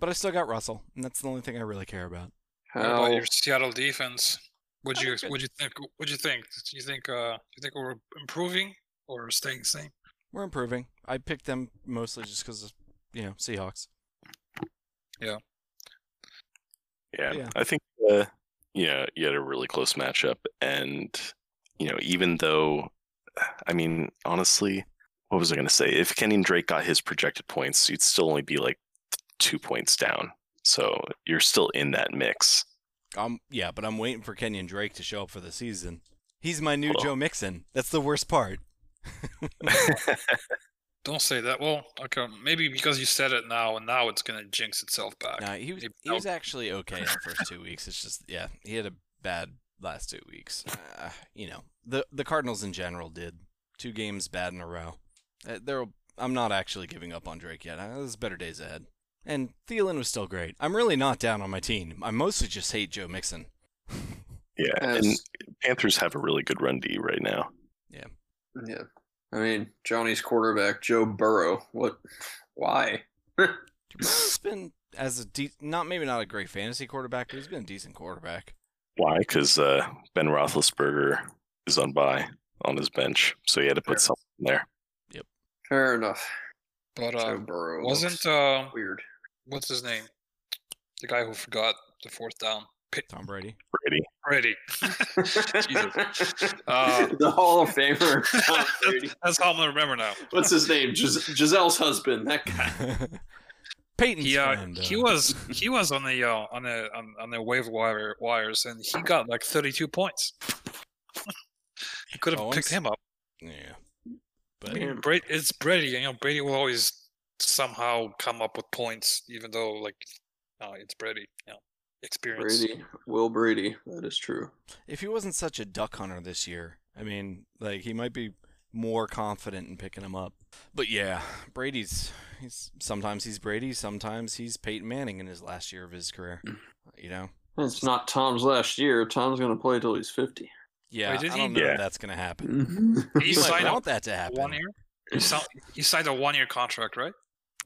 [SPEAKER 1] But I still got Russell, and that's the only thing I really care about.
[SPEAKER 2] What about
[SPEAKER 4] How
[SPEAKER 2] your Seattle defense? Would you
[SPEAKER 1] Okay.
[SPEAKER 2] would you think would you think? Do you think uh you think we're improving or staying the same?
[SPEAKER 1] We're improving. I picked them mostly just because of, you know, Seahawks.
[SPEAKER 3] Yeah,
[SPEAKER 1] Yeah.
[SPEAKER 3] I think uh, yeah, you had a really close matchup, and you know, even though, I mean, honestly, what was I going to say? If Kenyon Drake got his projected points, you'd still only be like two points down, so you're still in that mix.
[SPEAKER 1] Um, yeah, but I'm waiting for Kenyon Drake to show up for the season. He's my new
[SPEAKER 3] Well-
[SPEAKER 1] Joe Mixon. That's the worst part.
[SPEAKER 2] Don't say that. Well, okay, maybe because you said it now, and now it's gonna jinx itself back.
[SPEAKER 1] No, he was
[SPEAKER 2] Maybe
[SPEAKER 1] he was actually okay in the first two weeks. It's just yeah, he had a bad last two weeks. Uh, you know, the the Cardinals in general did two games bad in a row. Uh, there, I'm not actually giving up on Drake yet. Uh, there's better days ahead. And Thielen was still great. I'm really not down on my team. I mostly just hate Joe Mixon.
[SPEAKER 3] Yeah, and
[SPEAKER 4] has,
[SPEAKER 3] Panthers have a really good run D right now.
[SPEAKER 4] yeah, I mean Johnny's quarterback Joe Burrow. What? Why?
[SPEAKER 1] He's been as a de- not maybe not a great fantasy quarterback, but he's been a decent quarterback.
[SPEAKER 3] Why? Because uh, Ben Roethlisberger is on by on his bench, so he had to put something there.
[SPEAKER 4] Fair enough.
[SPEAKER 2] But
[SPEAKER 4] Joe
[SPEAKER 2] uh,
[SPEAKER 4] Burrow
[SPEAKER 2] wasn't
[SPEAKER 4] looks
[SPEAKER 2] uh,
[SPEAKER 4] weird.
[SPEAKER 2] what's his name? The guy who forgot the fourth down. Pitt
[SPEAKER 1] Tom Brady.
[SPEAKER 3] Brady,
[SPEAKER 2] Brady. Jesus. Uh,
[SPEAKER 4] the Hall of Famer. Tom Brady.
[SPEAKER 2] That's how I'm gonna remember now.
[SPEAKER 4] What's his name? Gis- Giselle's husband. That guy.
[SPEAKER 1] Peyton's
[SPEAKER 2] He uh,
[SPEAKER 1] friend,
[SPEAKER 2] he
[SPEAKER 1] uh,
[SPEAKER 2] was he was on the uh, on the on, on the waiver wire wires, and he got like 32 points. you could have
[SPEAKER 1] Oh, I'm
[SPEAKER 2] picked
[SPEAKER 1] s-
[SPEAKER 2] him up.
[SPEAKER 1] yeah.
[SPEAKER 2] I
[SPEAKER 1] But
[SPEAKER 3] Mm.
[SPEAKER 2] mean, Brady, it's Brady. You know, Brady will always somehow come up with points, even though like, no, it's Brady. You know, experience.
[SPEAKER 4] Brady. Will Brady. That is true.
[SPEAKER 1] if he wasn't such a duck hunter this year, I mean, like he might be more confident in picking him up. But yeah, Brady's he's sometimes he's Brady, sometimes he's Peyton Manning in his last year of his career. You know?
[SPEAKER 4] It's not Tom's last year. Tom's going to play till he's 50.
[SPEAKER 1] Yeah,
[SPEAKER 2] did
[SPEAKER 1] I
[SPEAKER 2] he?
[SPEAKER 1] don't know
[SPEAKER 3] Yeah.
[SPEAKER 1] if that's gonna happen.
[SPEAKER 2] He
[SPEAKER 1] You might
[SPEAKER 2] signed a
[SPEAKER 1] want that to happen.
[SPEAKER 2] one year. He signed, he signed a one year contract, right?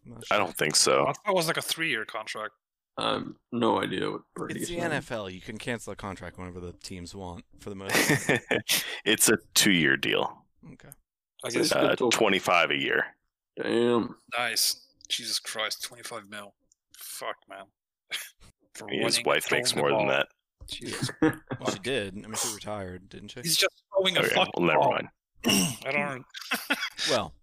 [SPEAKER 1] I'm not
[SPEAKER 3] I
[SPEAKER 1] sure.
[SPEAKER 3] don't think
[SPEAKER 2] I
[SPEAKER 3] so.
[SPEAKER 2] thought it was like a three year contract.
[SPEAKER 4] I have no idea what Brady
[SPEAKER 1] It's
[SPEAKER 4] is.
[SPEAKER 1] the NFL. You can cancel a contract whenever the teams want, for the most. part.
[SPEAKER 3] it's a two-year deal.
[SPEAKER 1] okay.
[SPEAKER 2] I
[SPEAKER 4] So
[SPEAKER 2] guess
[SPEAKER 4] it's-
[SPEAKER 3] uh,
[SPEAKER 4] Good talk.
[SPEAKER 3] 25 a year.
[SPEAKER 4] Damn.
[SPEAKER 2] nice. Jesus Christ, 25 mil. Fuck, man. For
[SPEAKER 3] His
[SPEAKER 2] winning,
[SPEAKER 3] wife
[SPEAKER 2] throwing
[SPEAKER 3] makes
[SPEAKER 2] the
[SPEAKER 3] more than
[SPEAKER 2] ball.
[SPEAKER 3] that.
[SPEAKER 1] She is. Well, she did. I mean, she retired, didn't she?
[SPEAKER 2] He's just throwing a
[SPEAKER 3] Okay,
[SPEAKER 2] fucking
[SPEAKER 3] well, never
[SPEAKER 2] ball.
[SPEAKER 3] mind.
[SPEAKER 2] I don't.
[SPEAKER 1] Well,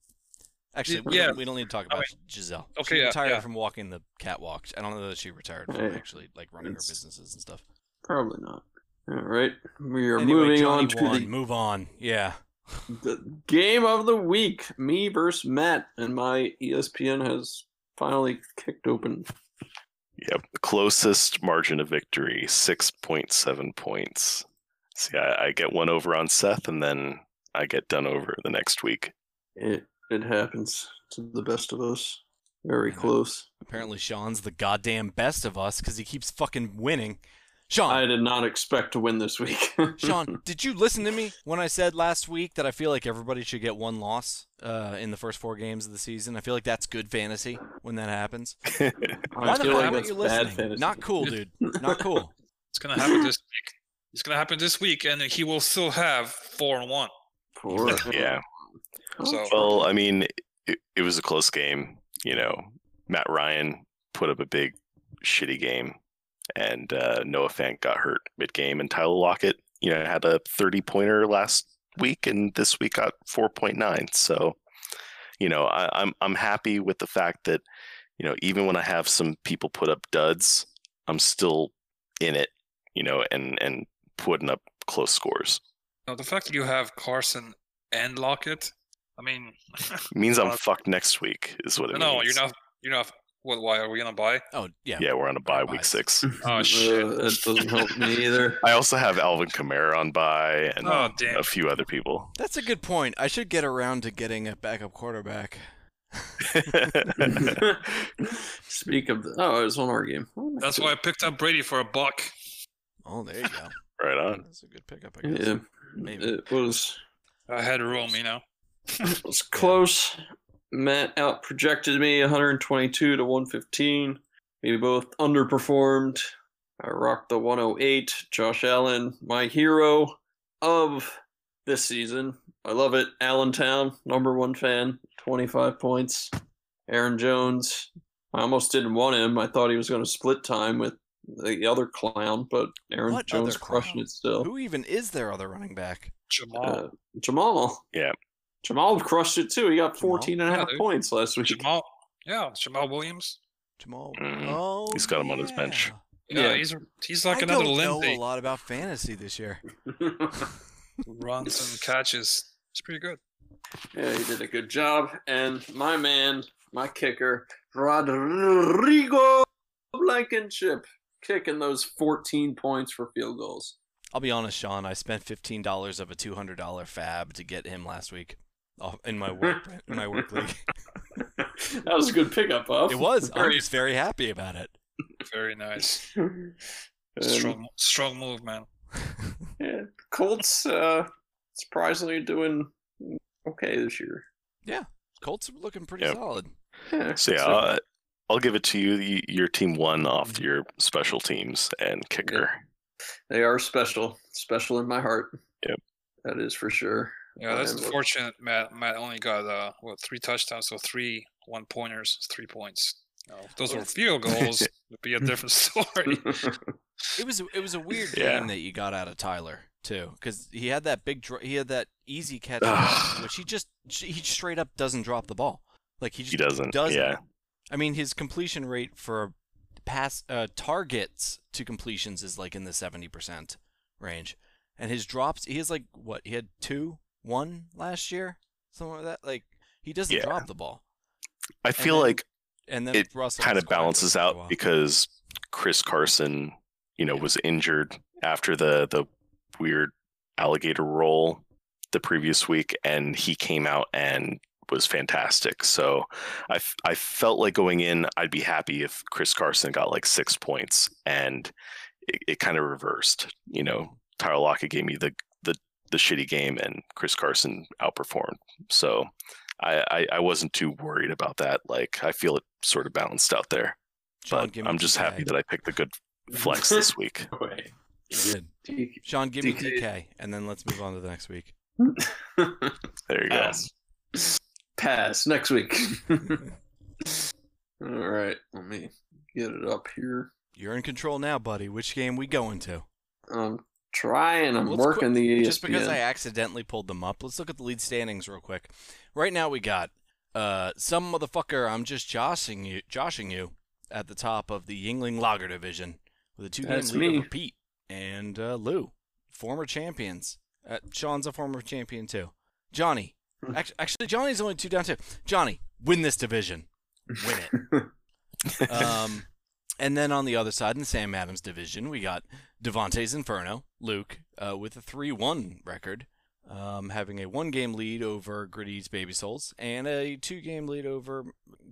[SPEAKER 1] actually, we,
[SPEAKER 2] Yeah.
[SPEAKER 1] don't, we don't need to talk about Giselle.
[SPEAKER 2] Okay,
[SPEAKER 1] she
[SPEAKER 2] yeah,
[SPEAKER 1] retired
[SPEAKER 2] yeah.
[SPEAKER 1] from walking the catwalk. I don't know that she retired from
[SPEAKER 4] Hey,
[SPEAKER 1] actually like running
[SPEAKER 4] it's-
[SPEAKER 1] her businesses and stuff.
[SPEAKER 4] Probably not. All right, we are
[SPEAKER 1] Anyway,
[SPEAKER 4] moving
[SPEAKER 1] Johnny
[SPEAKER 4] on to
[SPEAKER 1] won.
[SPEAKER 4] the
[SPEAKER 1] move on. Yeah.
[SPEAKER 4] The game of the week, me versus Matt, and my E ESPN has finally kicked open.
[SPEAKER 3] Yep. Closest margin of victory, 6.7 points. See, I, I get one over on Seth, and then I get done over the next week.
[SPEAKER 4] It it happens to the best of us. Very
[SPEAKER 1] Yeah.
[SPEAKER 4] close.
[SPEAKER 1] Apparently, Sean's the goddamn best of us because he keeps fucking winning. Sean,
[SPEAKER 4] I did not expect to win this week.
[SPEAKER 1] Sean, did you listen to me when I said last week that I feel like everybody should get one loss uh, in the first four games of the season? I feel like that's good fantasy when that happens. Why
[SPEAKER 4] I
[SPEAKER 1] the fuck
[SPEAKER 4] feel like
[SPEAKER 1] aren't
[SPEAKER 4] that's
[SPEAKER 1] you
[SPEAKER 4] bad
[SPEAKER 1] listening?
[SPEAKER 4] fantasy.
[SPEAKER 1] Not cool, dude. Not cool.
[SPEAKER 2] It's gonna happen this week. It's gonna happen this week, and he will still have four and one.
[SPEAKER 4] Poor.
[SPEAKER 3] Yeah.
[SPEAKER 2] So-
[SPEAKER 3] Well, uh, I mean, it, it was a close game. You know, Matt Ryan put up a big, shitty game, and uh, Noah Fant got hurt mid game, and Tyler Lockett, you know, had a 30 pointer last week, and this week got 4.9. So, you know, I, I'm I'm happy with the fact that, you know, even when I have some people put up duds, I'm still in it. You know, and and putting up close scores
[SPEAKER 2] Now the fact that you have Carson and Lockett, I mean,
[SPEAKER 3] means I'm
[SPEAKER 2] Uh,
[SPEAKER 3] fucked next week. Is what it
[SPEAKER 2] no,
[SPEAKER 3] means.
[SPEAKER 2] you're not. You're not. What? Why are we gonna buy?
[SPEAKER 1] Oh yeah.
[SPEAKER 3] Yeah, we're on a bye week
[SPEAKER 1] buys.
[SPEAKER 3] six.
[SPEAKER 2] Oh shit!
[SPEAKER 4] Uh, that doesn't help me either.
[SPEAKER 3] I also have Alvin Kamara on bye and
[SPEAKER 2] oh damn!
[SPEAKER 3] a few other people.
[SPEAKER 1] That's a good point. I should get around to getting a backup quarterback.
[SPEAKER 4] Speak of the, oh, it was on our game.
[SPEAKER 2] That's why I picked up Brady for a buck.
[SPEAKER 1] Oh, there you go.
[SPEAKER 3] right on.
[SPEAKER 1] That's a good pickup, I guess.
[SPEAKER 4] Yeah,
[SPEAKER 1] Maybe.
[SPEAKER 4] it was
[SPEAKER 2] I had room, you know.
[SPEAKER 4] It was close. Matt out projected me 122 to 115. We both underperformed. I rocked the 108. Josh Allen, my hero of this season. I love it. Allentown, number one fan, 25 points. Aaron Jones. I almost didn't want him. I thought he was going to split time with the other clown, but Aaron
[SPEAKER 1] What
[SPEAKER 4] Jones
[SPEAKER 1] other
[SPEAKER 4] crushing
[SPEAKER 1] clown?
[SPEAKER 4] it still.
[SPEAKER 1] Who even is their other running back?
[SPEAKER 2] Jamal.
[SPEAKER 4] Uh, Jamal.
[SPEAKER 3] Yeah.
[SPEAKER 4] Jamal crushed it too. He got 14 and a half
[SPEAKER 2] Yeah, dude.
[SPEAKER 4] points last week.
[SPEAKER 2] Jamal. Yeah, Jamal Williams.
[SPEAKER 1] Jamal.
[SPEAKER 3] Mhm.
[SPEAKER 1] Oh,
[SPEAKER 3] He's got him on his bench.
[SPEAKER 1] yeah.
[SPEAKER 2] Yeah,
[SPEAKER 4] Yeah.
[SPEAKER 2] he's he's like
[SPEAKER 1] I
[SPEAKER 2] another
[SPEAKER 1] don't know
[SPEAKER 2] Lindsay.
[SPEAKER 1] a lot about fantasy this year.
[SPEAKER 2] Runs and catches. It's pretty good.
[SPEAKER 4] yeah, he did a good job. And my man, my kicker, Rodrigo Blankenship, kicking those 14 points for field goals.
[SPEAKER 1] I'll be honest, Sean. I spent fifteen dollars of a two hundred dollar fab to get him last week off- in my work in my work league.
[SPEAKER 4] that was a good pickup, Huff.
[SPEAKER 1] It was. I
[SPEAKER 4] Very-
[SPEAKER 1] was very happy about it.
[SPEAKER 2] Very nice.
[SPEAKER 4] Um,
[SPEAKER 2] Strong, strong move, man.
[SPEAKER 4] yeah, Colts uh, surprisingly doing okay this year.
[SPEAKER 1] Colts are looking pretty
[SPEAKER 3] Yeah.
[SPEAKER 1] solid.
[SPEAKER 4] Yeah,
[SPEAKER 3] So yeah, I'll, I'll give it to you. You- Your team won off your special teams and kicker.
[SPEAKER 4] They are special, special in my heart.
[SPEAKER 3] Yep.
[SPEAKER 4] That is for sure.
[SPEAKER 2] Yeah, that's
[SPEAKER 4] And-
[SPEAKER 2] unfortunate. Matt Matt only got uh what three touchdowns, so three one pointers, three points. You know, if those were field goals, it'd be a different story.
[SPEAKER 1] It was it was a weird
[SPEAKER 3] Yeah.
[SPEAKER 1] game that you got out of Tyler too, because he had that big dr- he had that easy catch,
[SPEAKER 3] Ah. Ugh.
[SPEAKER 1] which he just he straight up doesn't drop the ball. Like he
[SPEAKER 3] He
[SPEAKER 1] just
[SPEAKER 3] doesn't.
[SPEAKER 1] doesn't.
[SPEAKER 3] Yeah.
[SPEAKER 1] I mean, his completion rate for pass uh, targets to completions is like in the seventy percent range, and his drops he has like what he had two one last year something like that. Like he doesn't
[SPEAKER 3] Yeah.
[SPEAKER 1] drop the ball,
[SPEAKER 3] I feel
[SPEAKER 1] then-
[SPEAKER 3] like
[SPEAKER 1] and then
[SPEAKER 3] It
[SPEAKER 1] Russell
[SPEAKER 3] kind of
[SPEAKER 1] was quiet for
[SPEAKER 3] balances
[SPEAKER 1] a
[SPEAKER 3] out
[SPEAKER 1] while.
[SPEAKER 3] because Chris Carson, you know, was injured after the the weird alligator roll the previous week, and he came out and was fantastic. So I f- I felt like going in, I'd be happy if Chris Carson got like six points, and it, it kind of reversed. You know, Tyler Lockett gave me the the the shitty game, and Chris Carson outperformed. So. I, I, I wasn't too worried about that. Like I feel it sort of balanced out there.
[SPEAKER 1] Sean,
[SPEAKER 3] But
[SPEAKER 1] give me
[SPEAKER 3] I'm just happy
[SPEAKER 1] DK.
[SPEAKER 3] that I picked the good flex this week.
[SPEAKER 4] Wait.
[SPEAKER 1] Good. Sean, give me
[SPEAKER 4] DK.
[SPEAKER 1] DK, and then let's move on to the next week.
[SPEAKER 3] There you go.
[SPEAKER 4] Pass. Pass next week. All right, let me get it up here.
[SPEAKER 1] You're in control now, buddy. Which game we going to?
[SPEAKER 4] I'm trying. I'm
[SPEAKER 1] Let's
[SPEAKER 4] working the E ESPN.
[SPEAKER 1] Just because I accidentally pulled them up, let's look at the lead standings real quick. Right now we got uh, some motherfucker. I'm just joshing you, joshing you at the top of the Yingling Lager division with a two-game
[SPEAKER 4] That's
[SPEAKER 1] lead
[SPEAKER 4] me.
[SPEAKER 1] over Pete and uh, Lou, former champions. Uh, Sean's a former champion too. Johnny,
[SPEAKER 4] Hmm.
[SPEAKER 1] act- actually Johnny's only two down too. Johnny, win this division, win it. Um, and then on the other side, in the Sam Adams division, we got Devontae's Inferno, Luke, uh, with a 3 1 record, um, having a one game lead over Gritty's Baby Souls and a two game lead over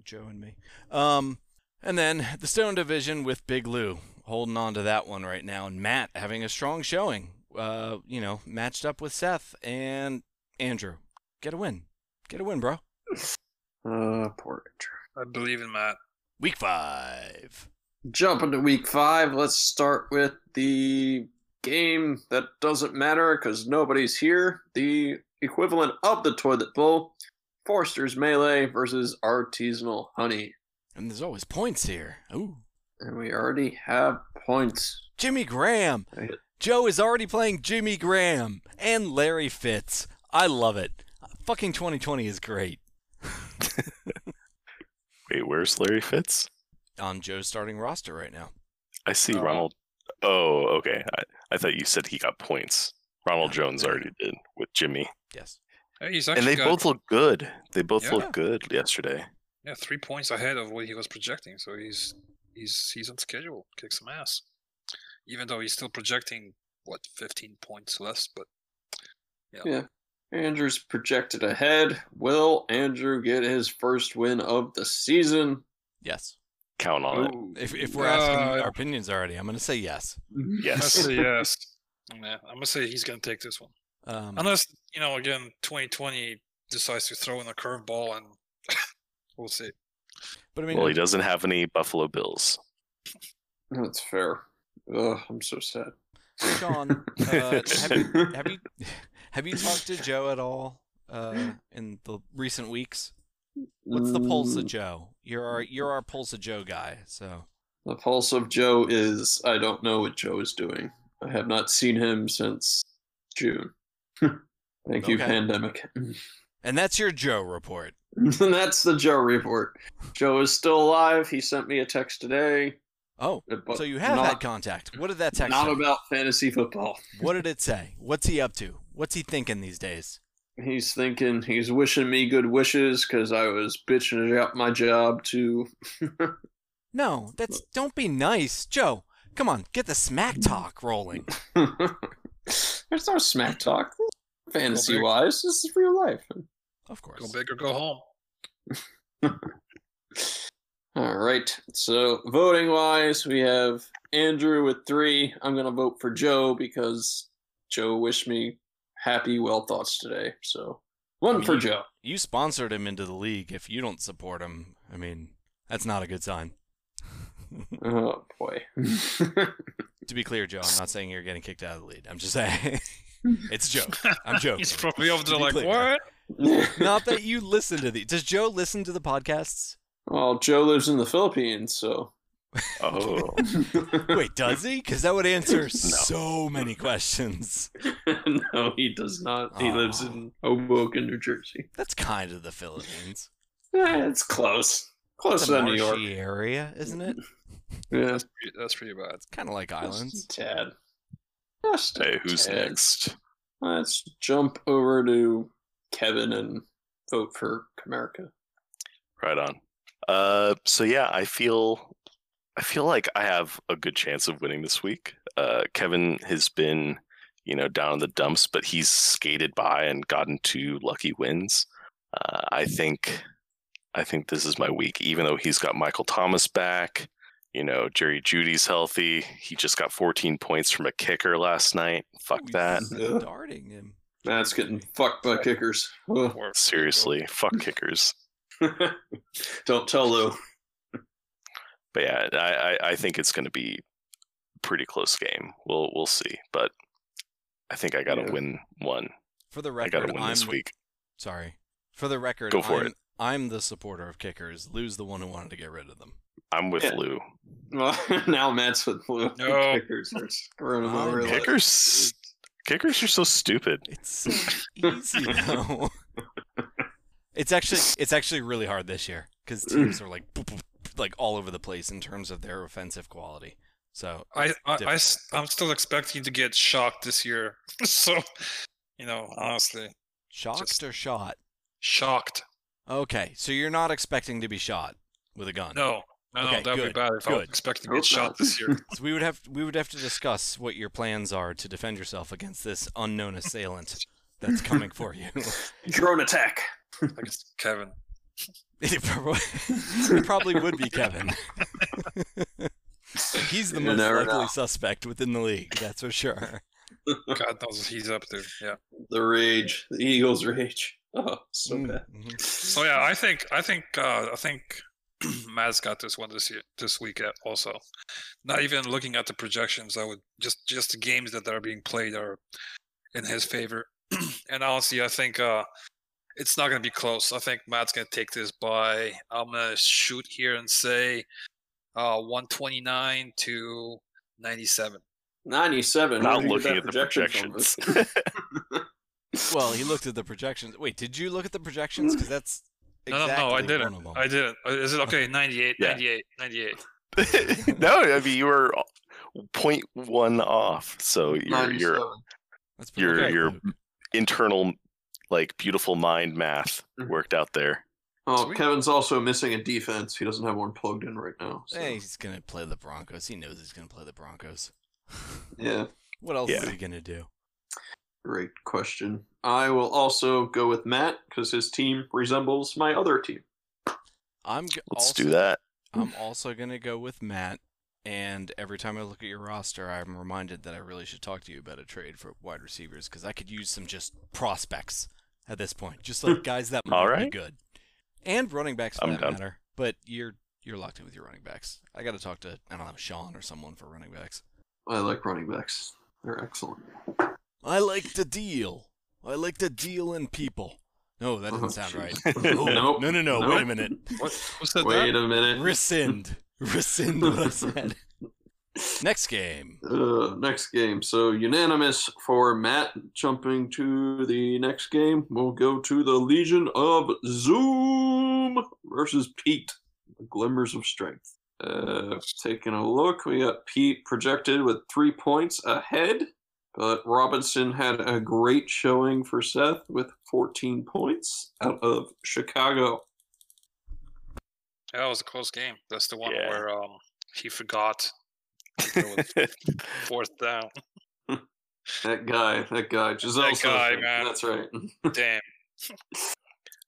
[SPEAKER 1] Joe and me. Um, and then the Stone division with Big Lou holding on to that one right now, and Matt having a strong showing, uh, you know, matched up with Seth and Andrew. Get a win. Get a win, bro.
[SPEAKER 4] uh, poor Andrew.
[SPEAKER 2] I believe in Matt.
[SPEAKER 1] Week five.
[SPEAKER 4] Jumping to week five, let's start with the game that doesn't matter because nobody's here. The equivalent of the toilet bowl, Forster's Melee versus Artisanal Honey.
[SPEAKER 1] And there's always points here. Ooh.
[SPEAKER 4] And we already have points.
[SPEAKER 1] Jimmy Graham.
[SPEAKER 4] Right.
[SPEAKER 1] Joe is already playing Jimmy Graham and Larry Fitz. I love it. Fucking 2020 is great.
[SPEAKER 3] Wait, where's Larry Fitz?
[SPEAKER 1] On Joe's starting roster right now.
[SPEAKER 3] I see
[SPEAKER 4] Oh.
[SPEAKER 3] Ronald. Oh, okay. I, I thought you said he got points. Ronald Jones already did with Jimmy,
[SPEAKER 1] Yes.
[SPEAKER 2] Hey, Uh, he's
[SPEAKER 3] and
[SPEAKER 2] actually
[SPEAKER 3] they
[SPEAKER 2] got
[SPEAKER 3] both look good. They both
[SPEAKER 2] Yeah.
[SPEAKER 3] look good yesterday.
[SPEAKER 2] yeah, three points ahead of what he was projecting, so he's he's he's on schedule. Kicks some ass. Even though he's still projecting what, fifteen points less, but
[SPEAKER 4] Yeah. Andrew's projected ahead. Will Andrew get his first win of the season?
[SPEAKER 1] Yes.
[SPEAKER 3] Count on it.
[SPEAKER 1] If, if we're asking
[SPEAKER 2] Uh,
[SPEAKER 1] our opinions already, I'm going to say yes.
[SPEAKER 2] I'm gonna
[SPEAKER 3] Yes.
[SPEAKER 2] say yes. Yeah, I'm gonna say he's gonna take this one.
[SPEAKER 3] Hmm.
[SPEAKER 1] Um,
[SPEAKER 2] Unless, you know, again, twenty twenty decides to throw in a curveball and we'll see.
[SPEAKER 1] but I mean,
[SPEAKER 3] Well, he doesn't have any Buffalo Bills.
[SPEAKER 4] That's fair. Ugh, I'm so sad.
[SPEAKER 1] Sean, uh, have, you, have, you, have you talked to Joe at all uh, in the recent weeks? What's the pulse of
[SPEAKER 4] Mm,
[SPEAKER 1] Joe? You're our, you're our pulse of Joe guy. So
[SPEAKER 4] The pulse of Joe is I don't know what Joe is doing. I have not seen him since June. Thank you,
[SPEAKER 1] Hmm. Okay.
[SPEAKER 4] pandemic.
[SPEAKER 1] And that's your Joe report.
[SPEAKER 4] That's the Joe report. Joe is still alive. He sent me a text today. uh,
[SPEAKER 1] Oh,
[SPEAKER 4] But
[SPEAKER 1] so you have
[SPEAKER 4] not,
[SPEAKER 1] had contact. What did that text
[SPEAKER 4] not
[SPEAKER 1] say?
[SPEAKER 4] about fantasy football.
[SPEAKER 1] What did it say? What's he up to? What's he thinking these days?
[SPEAKER 4] He's thinking he's wishing me good wishes because I was bitching about my job too.
[SPEAKER 1] No, that's don't be nice, Joe. Come on, get the smack
[SPEAKER 4] Mm.
[SPEAKER 1] talk rolling.
[SPEAKER 4] There's no smack talk. Fantasy wise, this is real life.
[SPEAKER 1] Of course.
[SPEAKER 2] Go big or go home.
[SPEAKER 4] All right. So voting wise, we have Andrew with three. I'm gonna vote for Joe because Joe wished me happy well thoughts today. So one
[SPEAKER 1] I mean,
[SPEAKER 4] for
[SPEAKER 1] you-
[SPEAKER 4] Joe.
[SPEAKER 1] You sponsored him into the league. If you don't support him, I mean, that's not a good sign.
[SPEAKER 4] Oh boy.
[SPEAKER 1] to be clear, Joe, I'm not saying you're getting kicked out of the league. I'm just saying it's Joe. I'm joking.
[SPEAKER 2] he's probably over
[SPEAKER 1] To
[SPEAKER 2] there
[SPEAKER 1] be
[SPEAKER 2] like,
[SPEAKER 1] clear.
[SPEAKER 2] What?
[SPEAKER 1] Not that you listen to the. Does Joe listen to the podcasts?
[SPEAKER 4] well, Joe lives in the Philippines, so
[SPEAKER 3] Oh,
[SPEAKER 1] Wait, does he? Because that would answer so many questions.
[SPEAKER 4] no, he does not. He lives
[SPEAKER 1] Aw.
[SPEAKER 4] in Hoboken, New Jersey.
[SPEAKER 1] That's kind of the Philippines.
[SPEAKER 4] Eh, it's close. Close
[SPEAKER 1] It's a
[SPEAKER 4] to New York.
[SPEAKER 1] marshy area, isn't it? It's
[SPEAKER 4] Yeah.
[SPEAKER 2] That's pretty bad.
[SPEAKER 1] kind of like islands.
[SPEAKER 4] Just a tad. Just a
[SPEAKER 3] hey, who's
[SPEAKER 4] tad.
[SPEAKER 3] next?
[SPEAKER 4] Let's jump over to Kevin and vote for Comerica.
[SPEAKER 3] Right on. Uh, so yeah, I feel, I feel like I have a good chance of winning this week. Uh, Kevin has been, you know, down in the dumps, but he's skated by and gotten two lucky wins. Uh, I think, I think this is my week. Even though he's got Michael Thomas back, you know, Jerry Judy's healthy. He just got 14 points from a kicker last night. Fuck
[SPEAKER 1] Ooh,
[SPEAKER 3] that.
[SPEAKER 1] he's Darting him.
[SPEAKER 4] That's getting fucked by kickers. Ugh.
[SPEAKER 2] Or-
[SPEAKER 3] Seriously, fuck kickers.
[SPEAKER 4] Don't tell Lou.
[SPEAKER 3] but yeah, I, I, I think it's going to be a pretty close game. We'll we'll see, but I think I got to
[SPEAKER 4] Yeah.
[SPEAKER 3] win one.
[SPEAKER 1] For the
[SPEAKER 3] I got
[SPEAKER 1] record,
[SPEAKER 3] to win
[SPEAKER 1] I'm
[SPEAKER 3] this week.
[SPEAKER 1] sorry. For the record,
[SPEAKER 3] Go for
[SPEAKER 1] I'm,
[SPEAKER 3] it.
[SPEAKER 1] I'm the supporter of kickers. Lou's the one who wanted to get rid of them.
[SPEAKER 3] I'm with
[SPEAKER 4] Yeah.
[SPEAKER 3] Lou.
[SPEAKER 4] Well, now Matt's with Blue.
[SPEAKER 2] No.
[SPEAKER 4] Kickers are screwing him
[SPEAKER 1] I'm
[SPEAKER 4] over. like-
[SPEAKER 3] Kickers, kickers are so stupid.
[SPEAKER 1] It's so easy though. it's actually it's actually really hard this year because
[SPEAKER 4] Mm.
[SPEAKER 1] teams are like boop, boop, boop, like all over the place in terms of their offensive quality. So
[SPEAKER 2] I,
[SPEAKER 1] it's
[SPEAKER 2] I, I
[SPEAKER 1] difficult.
[SPEAKER 2] am still expecting to get shocked this year. so, you know, honestly,
[SPEAKER 1] shocked
[SPEAKER 2] just-
[SPEAKER 1] or shot.
[SPEAKER 2] shocked.
[SPEAKER 1] Okay, so you're not expecting to be shot with a gun.
[SPEAKER 2] No, no, no,
[SPEAKER 1] Okay,
[SPEAKER 2] that'd
[SPEAKER 1] good,
[SPEAKER 2] be bad if I was
[SPEAKER 1] good.
[SPEAKER 2] expecting to
[SPEAKER 4] Hope
[SPEAKER 2] get
[SPEAKER 4] not.
[SPEAKER 2] shot this year.
[SPEAKER 1] So we would have we would have to discuss what your plans are to defend yourself against this unknown assailant that's coming for you.
[SPEAKER 4] Drone attack.
[SPEAKER 2] I guess Kevin.
[SPEAKER 1] it, probably, it probably would be Kevin. He's the
[SPEAKER 4] You
[SPEAKER 1] most
[SPEAKER 4] never
[SPEAKER 1] likely
[SPEAKER 4] know.
[SPEAKER 1] suspect within the league, that's for sure.
[SPEAKER 2] God knows what he's up to. Yeah.
[SPEAKER 4] The rage. The Eagles' rage. Oh, so
[SPEAKER 3] Hmm.
[SPEAKER 1] Mm,
[SPEAKER 4] bad.
[SPEAKER 3] Mm-hmm.
[SPEAKER 1] mhm.
[SPEAKER 2] So Oh, yeah, I think I think uh, I think Matt's got this one this year this week uh, also. Not even looking at the projections, I would just just the games that are being played are in his favor. and honestly, I think uh, it's not going to be close. I think Matt's going to take this by. I'm going to shoot here and say uh, 129 to 97.
[SPEAKER 4] 97.
[SPEAKER 3] Not
[SPEAKER 4] Where did you get
[SPEAKER 3] looking at
[SPEAKER 4] that
[SPEAKER 3] the
[SPEAKER 4] projection
[SPEAKER 3] projections.
[SPEAKER 4] from?
[SPEAKER 1] Well, he looked at the projections. Wait, did you look at the projections? Because that's
[SPEAKER 2] No, no,
[SPEAKER 1] exactly
[SPEAKER 2] no, I
[SPEAKER 1] one
[SPEAKER 2] didn't.
[SPEAKER 1] of them.
[SPEAKER 2] I didn't. Uh, Is it okay? 98,
[SPEAKER 3] Yeah.
[SPEAKER 2] 98, 98.
[SPEAKER 3] no, I mean you were 0.1 off, so your your
[SPEAKER 4] 97.
[SPEAKER 1] That's pretty
[SPEAKER 3] your
[SPEAKER 1] good,
[SPEAKER 3] your
[SPEAKER 1] Luke.
[SPEAKER 3] internal like beautiful mind math
[SPEAKER 4] Mm-hmm.
[SPEAKER 3] worked out there.
[SPEAKER 4] Oh,
[SPEAKER 2] Sweet.
[SPEAKER 4] Kevin's also missing a defense. He doesn't have one plugged in right now. so-
[SPEAKER 2] uh,
[SPEAKER 1] Hey, he's gonna play the Broncos. He knows he's gonna play the Broncos.
[SPEAKER 4] Yeah.
[SPEAKER 1] What else is
[SPEAKER 3] Yeah.
[SPEAKER 1] he gonna do?
[SPEAKER 4] Great question. I will also go with Matt because his team resembles my other team.
[SPEAKER 1] I'm g-
[SPEAKER 3] Let's
[SPEAKER 1] also,
[SPEAKER 3] do that.
[SPEAKER 1] I'm also gonna go with Matt. And every time I look at your roster, I'm reminded that I really should talk to you about a trade for wide receivers because I could use some just prospects at this point, just like guys that might
[SPEAKER 3] All
[SPEAKER 1] be
[SPEAKER 3] right.
[SPEAKER 1] good, and running backs for
[SPEAKER 3] I'm
[SPEAKER 1] that
[SPEAKER 3] done.
[SPEAKER 1] matter. But you're you're locked in with your running backs. I got to talk to I don't know Sean or someone for running backs.
[SPEAKER 4] I like running backs. They're excellent.
[SPEAKER 1] I like to deal. I like to deal in people. No, that
[SPEAKER 4] Oh,
[SPEAKER 1] doesn't sound right.
[SPEAKER 4] jeez.
[SPEAKER 1] Oh,
[SPEAKER 4] Nope.
[SPEAKER 1] No, no, no.
[SPEAKER 4] Nope.
[SPEAKER 1] Wait a minute.
[SPEAKER 2] What, who said
[SPEAKER 4] Wait
[SPEAKER 2] that?
[SPEAKER 4] a minute.
[SPEAKER 1] Rescind. Rescind what I said. Next game.
[SPEAKER 4] Uh, next game. So unanimous for Matt. Jumping to the next game, we'll go to the Legion of Zoom versus Pete. Glimmers of strength. Uh, taking a look, we got Pete projected with three points ahead, but Robinson had a great showing for Seth with 14 points out of Chicago.
[SPEAKER 2] Yeah, that was a close game. That's the one
[SPEAKER 3] Yeah.
[SPEAKER 2] where um he forgot to go with fourth down.
[SPEAKER 4] That guy, that guy, Giselle.
[SPEAKER 2] That guy,
[SPEAKER 4] Sosman.
[SPEAKER 2] man.
[SPEAKER 4] That's right.
[SPEAKER 2] Damn.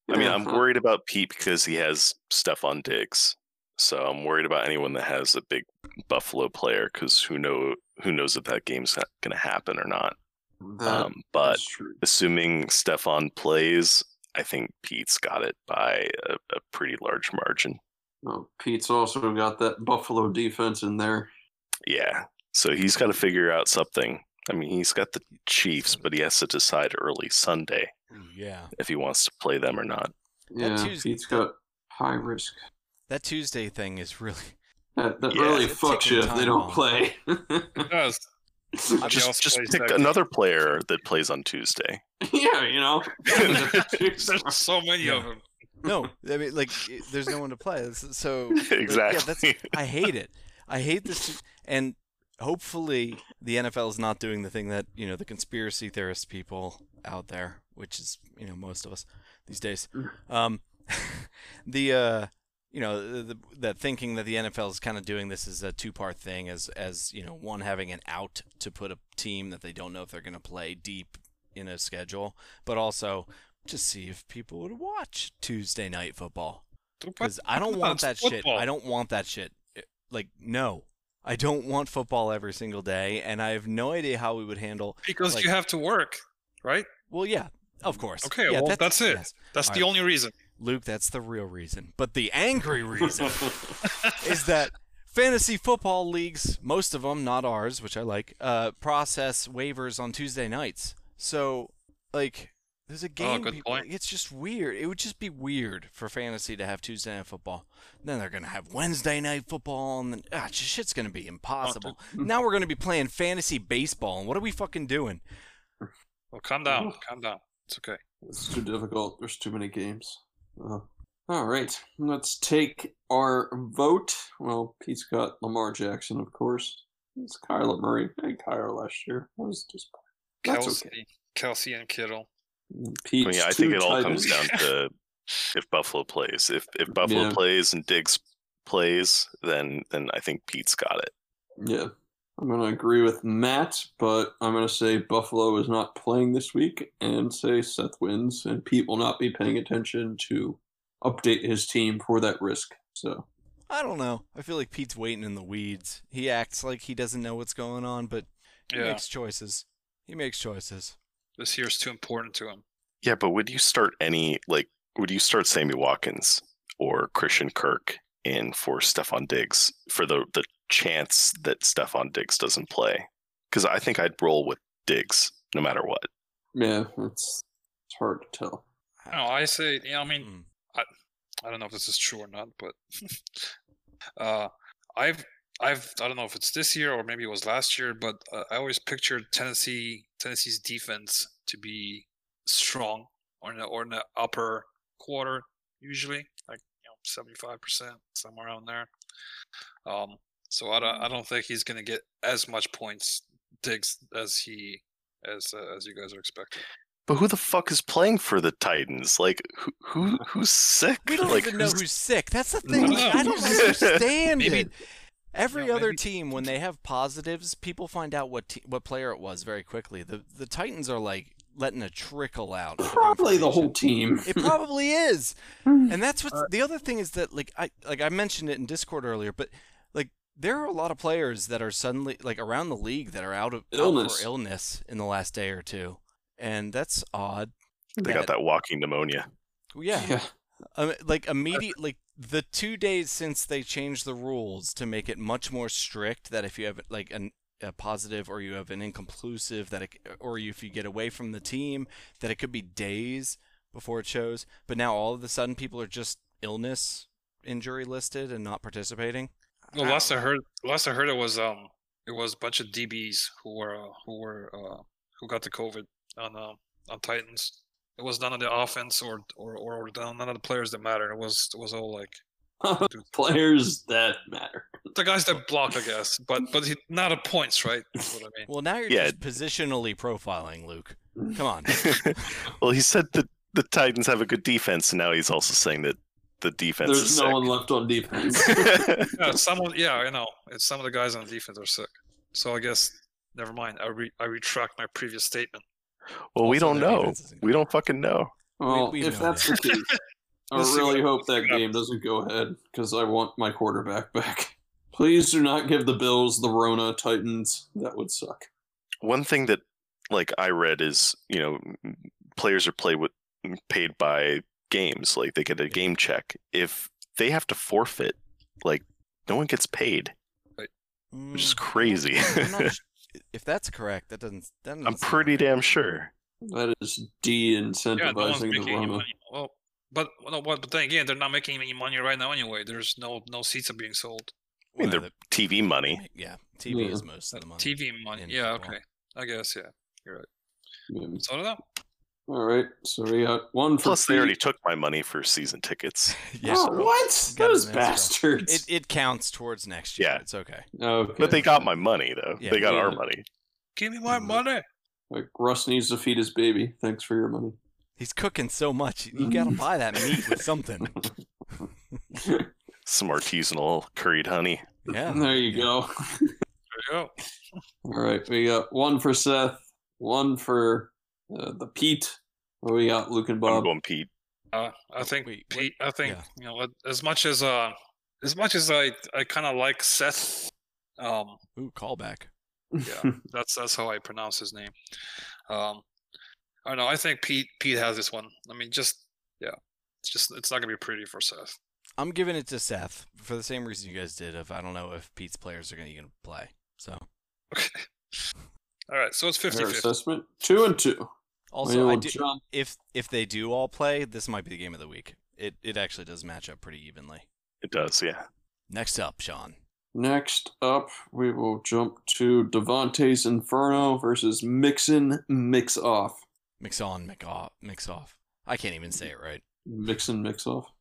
[SPEAKER 3] I mean,
[SPEAKER 1] Uh-huh.
[SPEAKER 4] Yeah.
[SPEAKER 3] I'm worried about Pete because he has stuff on Diggs. So I'm worried about anyone that has a big Buffalo player because who know who knows if that game's going to happen or not.
[SPEAKER 1] Uh-huh.
[SPEAKER 4] That
[SPEAKER 3] um, but
[SPEAKER 4] is true.
[SPEAKER 3] assuming Stefan plays, I think Pete's got it by a, a pretty large margin.
[SPEAKER 4] Oh, Pete's also got that Buffalo defense in there.
[SPEAKER 3] Yeah. So he's got to figure out something. I mean, he's got the Chiefs, but he has to decide early Sunday
[SPEAKER 1] Ooh, Yeah.
[SPEAKER 3] if he wants to play them or not.
[SPEAKER 4] Yeah,
[SPEAKER 1] Tues-
[SPEAKER 4] Pete's got high risk.
[SPEAKER 1] That Tuesday thing is really.
[SPEAKER 4] That, that
[SPEAKER 3] Yeah,
[SPEAKER 4] really
[SPEAKER 1] it's
[SPEAKER 4] fucks
[SPEAKER 1] ticking
[SPEAKER 4] you if they
[SPEAKER 1] time
[SPEAKER 4] don't
[SPEAKER 1] bomb.
[SPEAKER 4] play.
[SPEAKER 2] Yes. Somebody
[SPEAKER 3] Just,
[SPEAKER 2] else
[SPEAKER 3] just
[SPEAKER 2] plays
[SPEAKER 3] pick
[SPEAKER 2] that-
[SPEAKER 3] another player that plays on Tuesday.
[SPEAKER 4] yeah, you know.
[SPEAKER 2] There's so many of them.
[SPEAKER 1] No, I mean, like, it- there's no one to play. This is- So Yeah, that's,
[SPEAKER 3] exactly.
[SPEAKER 1] I hate it. I hate this. And hopefully, the NFL is not doing the thing that you know the conspiracy theorist people out there, which is you know most of us these days. Um, the uh, you know the, the, that thinking that the NFL is kind of doing this as a two part thing, as as you know one having an out to put a team that they don't know if they're going to play deep in a schedule, but also just see if people would watch Tuesday night football. Because I don't
[SPEAKER 2] Come on,
[SPEAKER 1] want
[SPEAKER 2] it's
[SPEAKER 1] that shit.
[SPEAKER 2] football.
[SPEAKER 1] I don't want that shit. It- Like, no. I don't want football every single day, and I have no idea how we would handle.
[SPEAKER 2] Because
[SPEAKER 1] like-
[SPEAKER 2] you have to work, right?
[SPEAKER 1] Well, yeah, of course.
[SPEAKER 2] Okay,
[SPEAKER 1] Yeah,
[SPEAKER 2] well, that's it.
[SPEAKER 1] yes.
[SPEAKER 2] That's
[SPEAKER 1] All
[SPEAKER 2] the
[SPEAKER 1] right.
[SPEAKER 2] only reason.
[SPEAKER 1] Luke, that's the real reason. But the angry reason is that fantasy football leagues, most of them, not ours, which I like, uh, process waivers on Tuesday nights. So, like, There's a game.
[SPEAKER 2] Oh, good
[SPEAKER 1] people-
[SPEAKER 2] point.
[SPEAKER 1] It's just weird. It would just be weird for fantasy to have Tuesday night football. Then they're gonna have Wednesday night football, and then ah, sh- shit's gonna be impossible. now we're gonna be playing fantasy baseball, and what are we fucking doing?
[SPEAKER 2] Well, calm down, calm down. It's okay.
[SPEAKER 4] It's too difficult. There's too many games. Uh, all right, let's take our vote. Well, Pete's got Lamar Jackson, of course. It's Kyler Murray. Hey, Kyler last year That was just That's
[SPEAKER 2] Kelsey, Kelsey and Kittle.
[SPEAKER 4] Pete's
[SPEAKER 3] I mean, I
[SPEAKER 4] two
[SPEAKER 3] think it all
[SPEAKER 4] tight
[SPEAKER 3] comes
[SPEAKER 4] ends.
[SPEAKER 3] down to if Buffalo plays. If if Buffalo
[SPEAKER 4] Yeah.
[SPEAKER 3] plays and Diggs plays, then then I think Pete's got it.
[SPEAKER 4] Yeah, I'm gonna agree with Matt, but I'm gonna say Buffalo is not playing this week, and say Seth wins, and Pete will not be paying attention to update his team for that risk. So
[SPEAKER 1] I don't know. I feel like Pete's waiting in the weeds. He acts like he doesn't know what's going on, but he
[SPEAKER 2] Yeah,
[SPEAKER 1] makes choices. He makes choices.
[SPEAKER 2] this year's too important to him.
[SPEAKER 3] Yeah, but would you start any like would you start Sammy Watkins or Christian Kirk in for Stefan Diggs for the the chance that Stefan Diggs doesn't play? Because I think I'd roll with Diggs no matter what.
[SPEAKER 4] yeah, it's it's hard to tell.
[SPEAKER 2] No, I say, yeah, I mean,
[SPEAKER 1] Mm.
[SPEAKER 2] I don't know if this is true or not, but uh, I've I've I don't know if it's this year or maybe it was last year, but uh, I always pictured Tennessee Tennessee's defense to be strong or in the, or in the upper quarter usually, like you know seventy five percent somewhere around there. Um, so I don't I don't think he's gonna get as much points digs as he as uh, as you guys are expecting.
[SPEAKER 3] But who the fuck is playing for the Titans? Like who who who's sick?
[SPEAKER 1] We don't
[SPEAKER 3] Like,
[SPEAKER 1] even know
[SPEAKER 3] who's-
[SPEAKER 1] who's sick. That's the thing.
[SPEAKER 2] No.
[SPEAKER 1] like, I don't understand
[SPEAKER 2] Maybe-
[SPEAKER 1] it. Every
[SPEAKER 2] Yeah,
[SPEAKER 1] other
[SPEAKER 2] maybe-
[SPEAKER 1] team, when they have positives, people find out what te- what player it was very quickly. The the Titans are like letting a trickle out. of
[SPEAKER 4] Probably the whole
[SPEAKER 1] information.
[SPEAKER 4] team. Hmm. Uh,
[SPEAKER 1] It probably is, and that's what's the other thing is that like I like I mentioned it in Discord earlier, but like there are a lot of players that are suddenly like around the league that are out of out for
[SPEAKER 4] Illness.
[SPEAKER 1] illness in the last day or two, and that's odd.
[SPEAKER 3] they got that walking pneumonia.
[SPEAKER 1] Well, yeah,
[SPEAKER 4] yeah.
[SPEAKER 1] um, like immediate like the two days since they changed the rules to make it much more strict that if you have like an, a positive or you have an inconclusive that it, or if you get away from the team that it could be days before it shows but now all of a sudden people are just illness injury listed and not participating
[SPEAKER 2] Well, last I heard, last I heard, it was um, it was a bunch of DBs who were uh, who were uh, who got the COVID on uh, on Titans. It was none of the offense or or or, or the- none of the players that mattered. It was it was all like dude,
[SPEAKER 4] Players that matter.
[SPEAKER 2] the guys that block, I guess. But but he, not of points, right? That's what I mean.
[SPEAKER 1] well now you're
[SPEAKER 3] Yeah.
[SPEAKER 1] just positionally profiling luke come on
[SPEAKER 3] well, he said that the Titans have a good defense, and now he's also saying that the defense
[SPEAKER 4] There's
[SPEAKER 3] is
[SPEAKER 4] no
[SPEAKER 3] sick.
[SPEAKER 4] one left on defense.
[SPEAKER 2] Yeah, some of yeah, I know. It's some of the guys on defense are sick. So I guess never mind. I re, I retract my previous statement.
[SPEAKER 3] well, we
[SPEAKER 1] Also,
[SPEAKER 3] don't
[SPEAKER 1] their
[SPEAKER 3] know.
[SPEAKER 1] defense isn't
[SPEAKER 3] We don't fucking know.
[SPEAKER 4] Well,
[SPEAKER 1] we
[SPEAKER 4] if
[SPEAKER 1] know
[SPEAKER 4] that's the case, I
[SPEAKER 2] We'll see
[SPEAKER 4] really
[SPEAKER 2] what-
[SPEAKER 4] hope that
[SPEAKER 2] what
[SPEAKER 4] game doesn't go ahead because I want my quarterback back. Please do not give the Bills the Rona Titans. That would suck.
[SPEAKER 3] One thing that, like, I read is you know m- players are played with paid by games, like they get a game check. If they have to forfeit, like no one gets paid, which is
[SPEAKER 1] Mm,
[SPEAKER 3] crazy.
[SPEAKER 1] I'm not sh- if that's correct that doesn't, that doesn't
[SPEAKER 3] I'm
[SPEAKER 1] seem
[SPEAKER 3] pretty
[SPEAKER 1] right.
[SPEAKER 3] damn sure.
[SPEAKER 4] That is de-incentivizing
[SPEAKER 2] Yeah, no one's
[SPEAKER 4] the
[SPEAKER 2] making any
[SPEAKER 4] Rona.
[SPEAKER 2] money. Well, but no, but but then again, they're not making any money right now anyway. There's no no seats are being sold.
[SPEAKER 3] I mean,
[SPEAKER 1] Well,
[SPEAKER 3] they're TV money.
[SPEAKER 1] Yeah, TV
[SPEAKER 4] Yeah.
[SPEAKER 1] is most of the money.
[SPEAKER 2] TV money.
[SPEAKER 1] in
[SPEAKER 2] Yeah,
[SPEAKER 1] football.
[SPEAKER 2] okay. I guess yeah.
[SPEAKER 4] Yeah.
[SPEAKER 2] So I don't know.
[SPEAKER 4] All right, so we got one for
[SPEAKER 3] Plus, they already
[SPEAKER 4] Pete.
[SPEAKER 3] took my money for season tickets.
[SPEAKER 1] Yeah.
[SPEAKER 4] Oh, what?
[SPEAKER 1] Got
[SPEAKER 4] Those
[SPEAKER 1] an extra.
[SPEAKER 4] bastards.
[SPEAKER 1] It it counts towards next year.
[SPEAKER 3] Yeah.
[SPEAKER 1] It's okay.
[SPEAKER 4] okay.
[SPEAKER 3] But they got my money though.
[SPEAKER 1] Yeah.
[SPEAKER 3] they got our
[SPEAKER 4] Yeah.
[SPEAKER 3] money.
[SPEAKER 2] Give me my
[SPEAKER 1] Mm,
[SPEAKER 4] Mhm.
[SPEAKER 2] money.
[SPEAKER 4] like, Russ needs to feed his baby. Thanks for your money.
[SPEAKER 1] He's cooking so much. You
[SPEAKER 4] Mm.
[SPEAKER 1] gotta buy that meat with something.
[SPEAKER 3] Some artisanal curried honey.
[SPEAKER 1] Yeah.
[SPEAKER 4] There you go.
[SPEAKER 2] There you go.
[SPEAKER 4] All right, we got one for Seth, one for uh, the Pete. What We got Luke and
[SPEAKER 3] I'm
[SPEAKER 4] Bob.
[SPEAKER 3] going Pete.
[SPEAKER 2] Uh, I think
[SPEAKER 1] Oh, wait, what-
[SPEAKER 2] Pete, I think
[SPEAKER 1] yeah.
[SPEAKER 2] you know a- as much as uh as much as I I kind of like Seth. Um,
[SPEAKER 1] Ooh, callback.
[SPEAKER 2] yeah, that's that's how I pronounce his name. Um, I don't know. I think Pete Pete has this one. I mean, just yeah, it's just it's not gonna be pretty for Seth.
[SPEAKER 1] I'm giving it to Seth for the same reason you guys did. Of I don't know if Pete's players are gonna even play. So
[SPEAKER 2] All right, so it's
[SPEAKER 4] Fair
[SPEAKER 2] 50
[SPEAKER 4] assessment. Two and two.
[SPEAKER 1] Also, I
[SPEAKER 4] Well,
[SPEAKER 1] do,
[SPEAKER 4] John-
[SPEAKER 1] if if they do all play, this might be the game of the week. It it actually does match up pretty evenly.
[SPEAKER 3] It does, yeah.
[SPEAKER 1] Next up, Sean.
[SPEAKER 4] Next up, we will jump to Devontae's Inferno versus Mixin Mix Off.
[SPEAKER 1] Mix on, mix off, mix off. I can't even say it right.
[SPEAKER 4] Mixin Mix Oh. Off.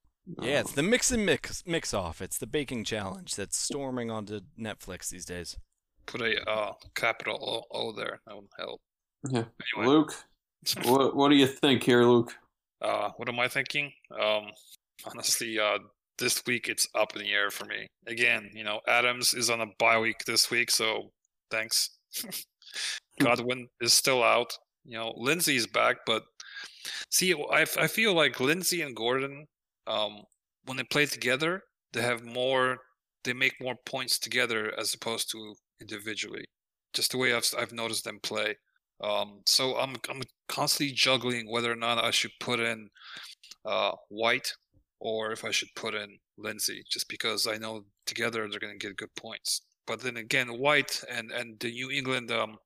[SPEAKER 1] Yeah, it's the
[SPEAKER 4] Um,
[SPEAKER 1] mix and mix mix off. It's the baking challenge that's storming onto Netflix these days.
[SPEAKER 2] Put a uh, capital O, o there. That would help.
[SPEAKER 4] Yeah.
[SPEAKER 2] Anyway,
[SPEAKER 4] Luke, what what do you think here, Luke?
[SPEAKER 2] uh, what am I thinking? Um, honestly, uh, this week it's up in the air for me. Again, you know, Adams is on a bye week this week, so thanks. Godwin is still out. You know, Lindsey is back, but see, I, I feel like Lindsey and Gordon, um, when they play together, they have more, they make more points together as opposed to individually. Just the way I've I've noticed them play. Um, so I'm I'm constantly juggling whether or not I should put in uh, White or if I should put in Lindsay, just because I know together they're going to get good points. But then again, White and and the New England, um,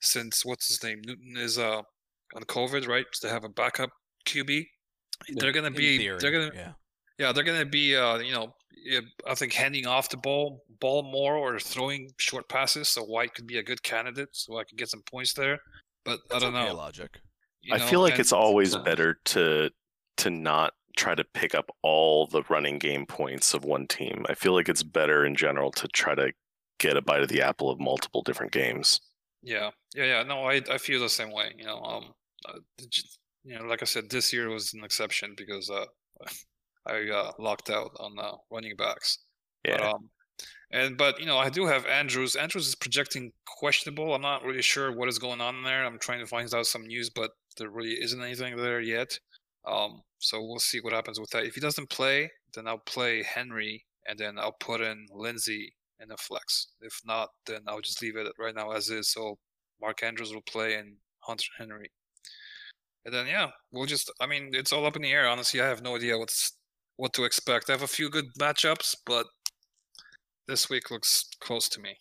[SPEAKER 2] since what's his name Newton is uh on COVID, right? So they have a backup QB.
[SPEAKER 4] Yeah,
[SPEAKER 2] They're going to
[SPEAKER 1] In
[SPEAKER 2] be
[SPEAKER 1] theory,
[SPEAKER 2] they're going to
[SPEAKER 1] yeah.
[SPEAKER 2] yeah, they're going to be, uh, you know, eh, I think handing off the ball, ball more or throwing short passes. So White could be a good candidate, so I could get some points there. But I don't
[SPEAKER 1] okay
[SPEAKER 2] know.
[SPEAKER 1] Logic.
[SPEAKER 2] you
[SPEAKER 3] I
[SPEAKER 2] know,
[SPEAKER 3] feel like
[SPEAKER 2] and-
[SPEAKER 3] it's always
[SPEAKER 4] uh,
[SPEAKER 3] better to to not try to pick up all the running game points of one team. I feel like it's better in general to try to get a bite of the apple of multiple different games.
[SPEAKER 2] Yeah, yeah, yeah. No, I I feel the same way. You know, um, uh, the j- you know, like I said, this year was an exception because uh, I uh, locked out on uh, running backs.
[SPEAKER 3] Yeah.
[SPEAKER 2] But, um, and but you know, I do have Andrews. Andrews is projecting questionable. I'm not really sure what is going on there. I'm trying to find out some news, but there really isn't anything there yet. Um, so we'll see what happens with that. If he doesn't play, then I'll play Henry, and then I'll put in Lindsey in the flex. If not, then I'll just leave it right now as is. So Mark Andrews will play and Hunter Henry. And then yeah, we'll just I mean, it's all up in the air, honestly. I have no idea what's what to expect. I have a few good matchups, but this week looks close to me.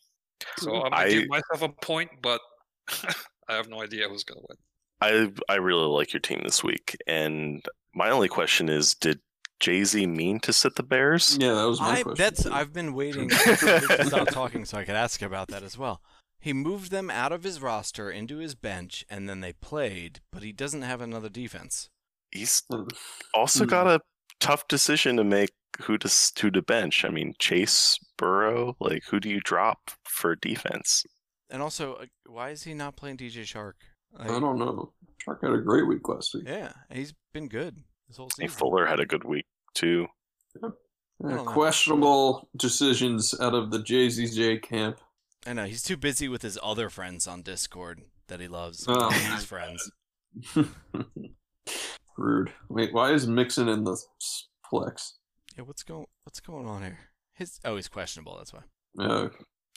[SPEAKER 2] So I'm gonna give myself a point, but I have no idea who's gonna win.
[SPEAKER 3] I I really like your team this week, and my only question is, did Jay Z mean to sit the Bears?
[SPEAKER 4] Yeah, that was my
[SPEAKER 1] I,
[SPEAKER 4] question.
[SPEAKER 1] that's
[SPEAKER 4] too.
[SPEAKER 1] I've been waiting to stop talking so I could ask about that as well. He moved them out of his roster into his bench, and then they played, but he doesn't have another defense.
[SPEAKER 3] He's
[SPEAKER 4] Hmm.
[SPEAKER 3] also
[SPEAKER 4] Hmm.
[SPEAKER 3] got a tough decision to make who to s- who to bench. I mean, Chase Burrow, like who do you drop for defense?
[SPEAKER 1] And also, uh, why is he not playing DJ Shark? Like,
[SPEAKER 4] I don't know. Shark had a great week last week.
[SPEAKER 1] Yeah, he's been good this whole
[SPEAKER 3] I mean,
[SPEAKER 1] season.
[SPEAKER 3] Fuller had a good week too.
[SPEAKER 4] Uh,
[SPEAKER 1] I don't know.
[SPEAKER 4] questionable decisions out of the JZJ camp.
[SPEAKER 1] I know he's too busy with his other friends on Discord that he loves.
[SPEAKER 4] Oh.
[SPEAKER 1] His friends.
[SPEAKER 4] Rude. Wait, why is Mixon in the s- flex?
[SPEAKER 1] Yeah, what's going What's going on here? His oh, he's questionable. That's why
[SPEAKER 4] Uh,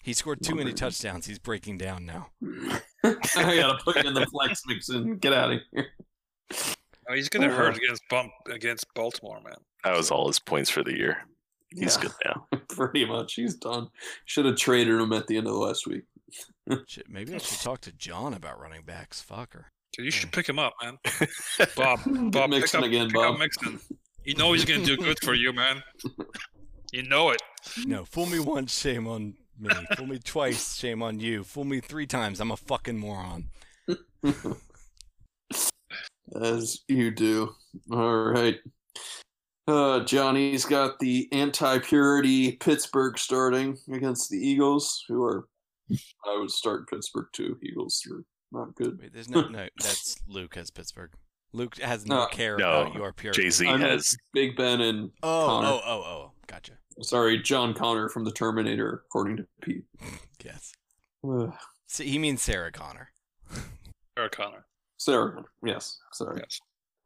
[SPEAKER 1] he scored too many
[SPEAKER 4] Wondering.
[SPEAKER 1] touchdowns. He's breaking down now.
[SPEAKER 4] I gotta put you in the flex, Mixon. Get out of here.
[SPEAKER 2] I mean, he's gonna hurt
[SPEAKER 4] Uh,
[SPEAKER 2] against bump against Baltimore, man.
[SPEAKER 3] That was all his points for the year. He's
[SPEAKER 4] Yeah.
[SPEAKER 3] good now.
[SPEAKER 4] Pretty much, he's done. Should have traded him at the end of last week.
[SPEAKER 1] Shit, Maybe I should talk to John about running backs. Fucker.
[SPEAKER 2] Dude, you should
[SPEAKER 1] Hmm.
[SPEAKER 2] pick him up, man. Bob, Bob,
[SPEAKER 4] Mixon
[SPEAKER 2] pick up,
[SPEAKER 4] again,
[SPEAKER 2] pick up
[SPEAKER 4] Bob.
[SPEAKER 2] Mixon. You know he's gonna do good for you, man. You know it.
[SPEAKER 1] No, fool me once, shame on me. fool me twice, shame on you. Fool me three times, I'm a fucking moron.
[SPEAKER 4] As you do. All right. Uh, Johnny's got the anti purity Pittsburgh starting against the Eagles, who are, I would start Pittsburgh too. Eagles are not good.
[SPEAKER 1] Wait, there's no no. That's Luke has Pittsburgh. Luke has no,
[SPEAKER 4] No.
[SPEAKER 1] care
[SPEAKER 3] Uh, No,
[SPEAKER 1] about your purity.
[SPEAKER 3] Jay Z
[SPEAKER 4] I know.
[SPEAKER 3] has
[SPEAKER 4] Big Ben and,
[SPEAKER 1] Oh,
[SPEAKER 4] Connor.
[SPEAKER 1] oh, oh, oh. Gotcha.
[SPEAKER 4] sorry, John Connor from The Terminator, according to Pete.
[SPEAKER 1] Yes.
[SPEAKER 4] Ugh.
[SPEAKER 1] See, he means Sarah Connor.
[SPEAKER 2] Eric Connor.
[SPEAKER 4] Sarah, yes, sorry.
[SPEAKER 2] Yes.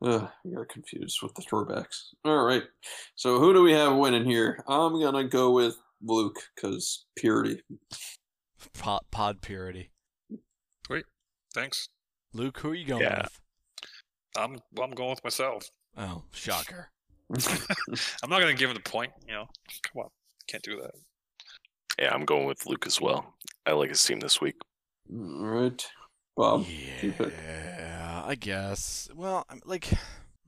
[SPEAKER 4] Ugh, I got confused with the throwbacks. All right. So who do we have winning here? I'm going to go with Luke because purity.
[SPEAKER 1] Pod, pod purity.
[SPEAKER 2] Thanks.
[SPEAKER 1] Luke, who are you going
[SPEAKER 3] Yeah.
[SPEAKER 1] with?
[SPEAKER 2] I'm I'm going with myself.
[SPEAKER 1] Oh, shocker.
[SPEAKER 2] I'm not gonna give him the point. You know, come on, can't do that.
[SPEAKER 3] yeah, I'm going with Luke as well. I like his team this week.
[SPEAKER 4] All right. Bob. you pick.
[SPEAKER 1] yeah. I guess. Well, I'm like,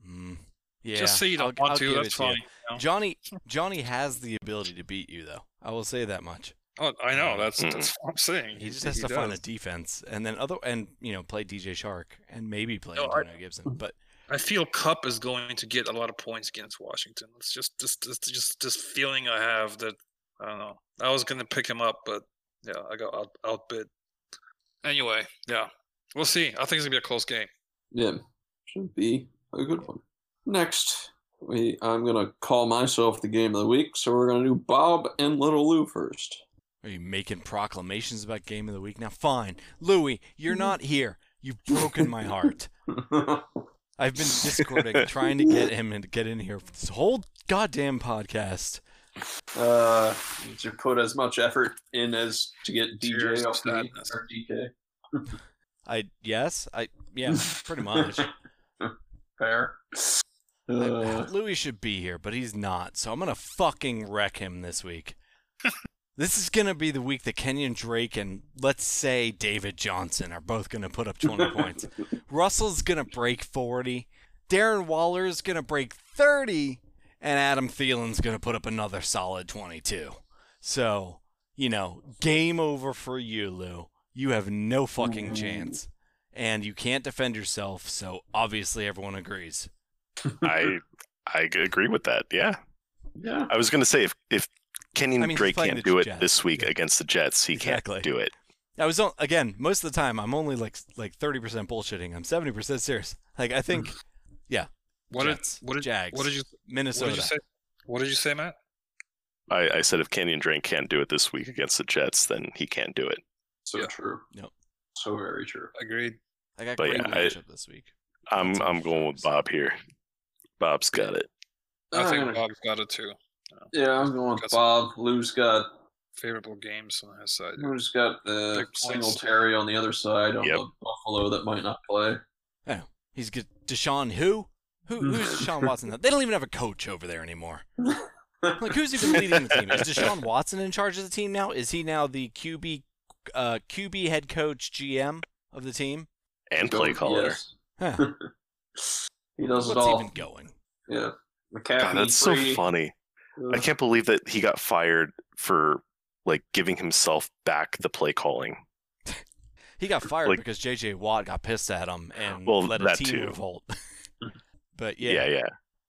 [SPEAKER 1] mm, yeah.
[SPEAKER 2] Just say you don't
[SPEAKER 1] I'll-
[SPEAKER 2] want
[SPEAKER 1] I'll
[SPEAKER 2] to.
[SPEAKER 1] give it
[SPEAKER 2] That's
[SPEAKER 1] you.
[SPEAKER 2] fine. you know?
[SPEAKER 1] Johnny Johnny has the ability to beat you, though. I will say that much.
[SPEAKER 2] Oh, I know. That's
[SPEAKER 3] Mhm.
[SPEAKER 2] that's what I'm saying.
[SPEAKER 1] He just has to find a defense, and then other and you know play DJ Shark and maybe play
[SPEAKER 2] No, I-
[SPEAKER 1] Antonio Gibson. But
[SPEAKER 2] I feel Cup is going to get a lot of points against Washington. It's just this this just this feeling I have that I don't know. I was gonna pick him up, but yeah, I got out, outbid. Anyway, yeah, we'll see. I think it's gonna be a close game.
[SPEAKER 4] Yeah, should be a good one. Next, we I'm gonna call myself the game of the week, so we're gonna do Bob and Little Lou first.
[SPEAKER 1] are you making proclamations about game of the week now? Fine, Louie, you're not here. You've broken my heart. I've been discording, trying to get him and get in here for this whole goddamn podcast.
[SPEAKER 4] uh, to put as much effort in as to get
[SPEAKER 2] Tears
[SPEAKER 4] DJ
[SPEAKER 2] of
[SPEAKER 4] off the
[SPEAKER 2] sadness.
[SPEAKER 4] or DK.
[SPEAKER 1] I yes, I yeah, pretty much.
[SPEAKER 4] Fair. Uh,
[SPEAKER 1] Louis should be here, but he's not. So I'm gonna fucking wreck him this week. this is gonna be the week that Kenyon Drake and let's say David Johnson are both gonna put up 20 points. Russell's gonna break 40. Darren Waller's gonna break 30, and Adam Thielen's gonna put up another solid 22. So you know, game over for you, Lou. You have no fucking
[SPEAKER 4] Mhm.
[SPEAKER 1] chance. And you can't defend yourself, so obviously everyone agrees.
[SPEAKER 3] I I agree with that. Yeah.
[SPEAKER 4] yeah.
[SPEAKER 3] I was going to say if if
[SPEAKER 1] I
[SPEAKER 3] Kenyon
[SPEAKER 1] mean, he's
[SPEAKER 3] Drake
[SPEAKER 1] playing
[SPEAKER 3] can't
[SPEAKER 1] the
[SPEAKER 3] do it
[SPEAKER 1] Jets.
[SPEAKER 3] this week
[SPEAKER 1] Yeah.
[SPEAKER 3] against the Jets, he
[SPEAKER 1] Exactly.
[SPEAKER 3] can't do it.
[SPEAKER 1] I was on, again most of the time I'm only like like thirty percent bullshitting. I'm seventy percent serious. Like I think
[SPEAKER 2] What
[SPEAKER 1] Jets,
[SPEAKER 2] did what did
[SPEAKER 1] Jags,
[SPEAKER 2] what did you
[SPEAKER 1] Minnesota.
[SPEAKER 2] what did you say? What did you say, Matt?
[SPEAKER 3] I, I said if Kenyon Drake can't do it this week against the Jets, then he can't do it.
[SPEAKER 4] So
[SPEAKER 2] Yeah.
[SPEAKER 4] true.
[SPEAKER 1] Yep.
[SPEAKER 4] So very true.
[SPEAKER 2] Agreed.
[SPEAKER 1] I got
[SPEAKER 3] But
[SPEAKER 1] great
[SPEAKER 3] yeah, I-
[SPEAKER 1] matchup this week.
[SPEAKER 3] I'm
[SPEAKER 1] That's
[SPEAKER 3] I'm going with Bob here. Bob's got it.
[SPEAKER 2] I
[SPEAKER 4] I'm
[SPEAKER 2] think
[SPEAKER 4] gonna-
[SPEAKER 2] Bob's got it too.
[SPEAKER 4] yeah, I'm going with
[SPEAKER 2] Got some-
[SPEAKER 4] Bob. Lou's got
[SPEAKER 2] Favorable games on his side.
[SPEAKER 4] Who's got uh,
[SPEAKER 2] Big points.
[SPEAKER 4] Singletary on the other side on
[SPEAKER 3] Yep.
[SPEAKER 4] the Buffalo that might not play?
[SPEAKER 1] He's good. Deshaun who? Who who's Deshaun Watson? They don't even have a coach over there anymore. Like who's even leading the team? Is Deshaun Watson in charge of the team now? Is he now the QB uh, QB head coach GM of the team?
[SPEAKER 3] And play caller.
[SPEAKER 4] Yes.
[SPEAKER 1] Huh.
[SPEAKER 4] He does
[SPEAKER 1] What's
[SPEAKER 4] it all.
[SPEAKER 1] even going?
[SPEAKER 4] Yeah. McCaffrey.
[SPEAKER 3] God, that's so
[SPEAKER 4] free.
[SPEAKER 3] funny. I can't believe that he got fired for like giving himself back the play calling.
[SPEAKER 1] He got fired
[SPEAKER 3] Like-
[SPEAKER 1] because JJ Watt got pissed at him and
[SPEAKER 3] Well,
[SPEAKER 1] let a
[SPEAKER 3] that
[SPEAKER 1] team
[SPEAKER 3] too.
[SPEAKER 1] revolt. but
[SPEAKER 3] Yeah, yeah.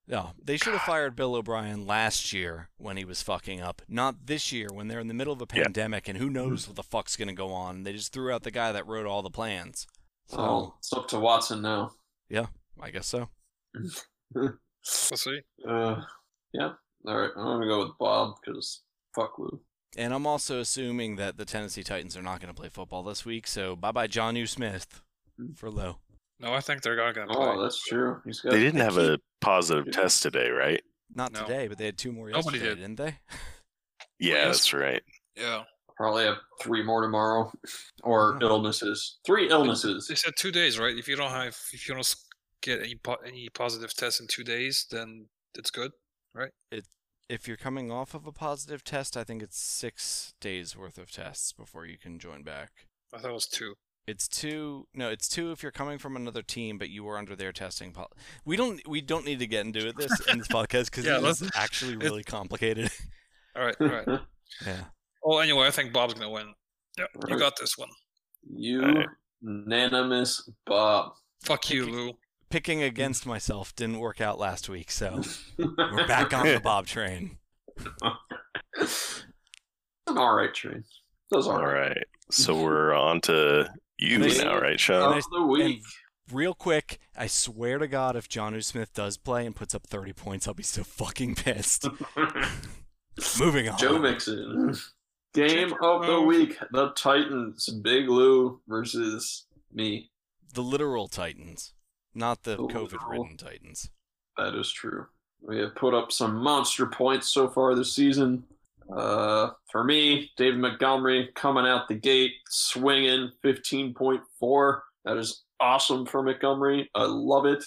[SPEAKER 1] No, they should have
[SPEAKER 3] God.
[SPEAKER 1] fired Bill O'Brien last year when he was fucking up, not this year when they're in the middle of a
[SPEAKER 3] Yeah.
[SPEAKER 1] pandemic and who knows what the fuck's going to go on. They just threw out the guy that wrote all the plans. So,
[SPEAKER 4] Oh, it's up to Watson now.
[SPEAKER 1] I guess so.
[SPEAKER 2] We'll see.
[SPEAKER 4] Uh, yeah. All right. I'm gonna go with Bob because fuck Lou.
[SPEAKER 1] And I'm also assuming that the Tennessee Titans are not going to play football this week, so bye bye, John U. Smith for low.
[SPEAKER 2] No, I think they're not gonna play.
[SPEAKER 4] Oh, that's true. He's got.
[SPEAKER 3] They didn't have
[SPEAKER 1] keep-
[SPEAKER 3] a positive test today, right?
[SPEAKER 1] Not
[SPEAKER 2] No.
[SPEAKER 1] today, but they had two more
[SPEAKER 2] Nobody
[SPEAKER 1] yesterday,
[SPEAKER 2] did.
[SPEAKER 1] didn't they?
[SPEAKER 3] Yeah,
[SPEAKER 2] Yes.
[SPEAKER 3] that's right.
[SPEAKER 2] yeah.
[SPEAKER 4] Probably have three more tomorrow, or
[SPEAKER 1] Yeah.
[SPEAKER 4] illnesses. Three illnesses.
[SPEAKER 2] They said two days, right? If you don't have, if you don't s- get any po- any positive tests in two days, then it's good.
[SPEAKER 1] If you're coming off of a positive test, I think it's six days worth of tests before you can join back.
[SPEAKER 2] I thought it was two.
[SPEAKER 1] It's two. No, it's two if you're coming from another team, but you were under their testing. Pol- we don't. We don't need to get into it this in this podcast because
[SPEAKER 2] Yeah,
[SPEAKER 1] it is
[SPEAKER 2] let's-
[SPEAKER 1] actually
[SPEAKER 2] it's-
[SPEAKER 1] really complicated.
[SPEAKER 2] All right, all right.
[SPEAKER 1] Yeah.
[SPEAKER 2] well, anyway, I think Bob's gonna win. Yeah, you
[SPEAKER 4] Right.
[SPEAKER 2] got this one.
[SPEAKER 4] you,
[SPEAKER 3] Alright.
[SPEAKER 4] unanimous Bob.
[SPEAKER 2] Fuck you, Lou.
[SPEAKER 1] Picking against myself didn't work out last week, so we're back on the Bob train.
[SPEAKER 4] it's an all right train. That's all
[SPEAKER 3] All
[SPEAKER 4] right.
[SPEAKER 3] right. So we're on to you
[SPEAKER 1] Nice.
[SPEAKER 3] now, right,
[SPEAKER 4] Of
[SPEAKER 3] Sean?
[SPEAKER 1] Nice-
[SPEAKER 4] the week.
[SPEAKER 1] Real quick, I swear to God, if John U. Smith does play and puts up 30 points, I'll be so fucking pissed. Moving on.
[SPEAKER 4] Joe Mixon. Game
[SPEAKER 2] Check your
[SPEAKER 4] of the
[SPEAKER 2] phone.
[SPEAKER 4] week. The Titans. Big Lou versus me.
[SPEAKER 1] the literal Titans, not the
[SPEAKER 4] The
[SPEAKER 1] COVID-ridden Titans.
[SPEAKER 4] That is true. We have put up some monster points so far this season. Uh, for me, David Montgomery coming out the gate, swinging 15.4. That is awesome for Montgomery. I love it.
[SPEAKER 1] He's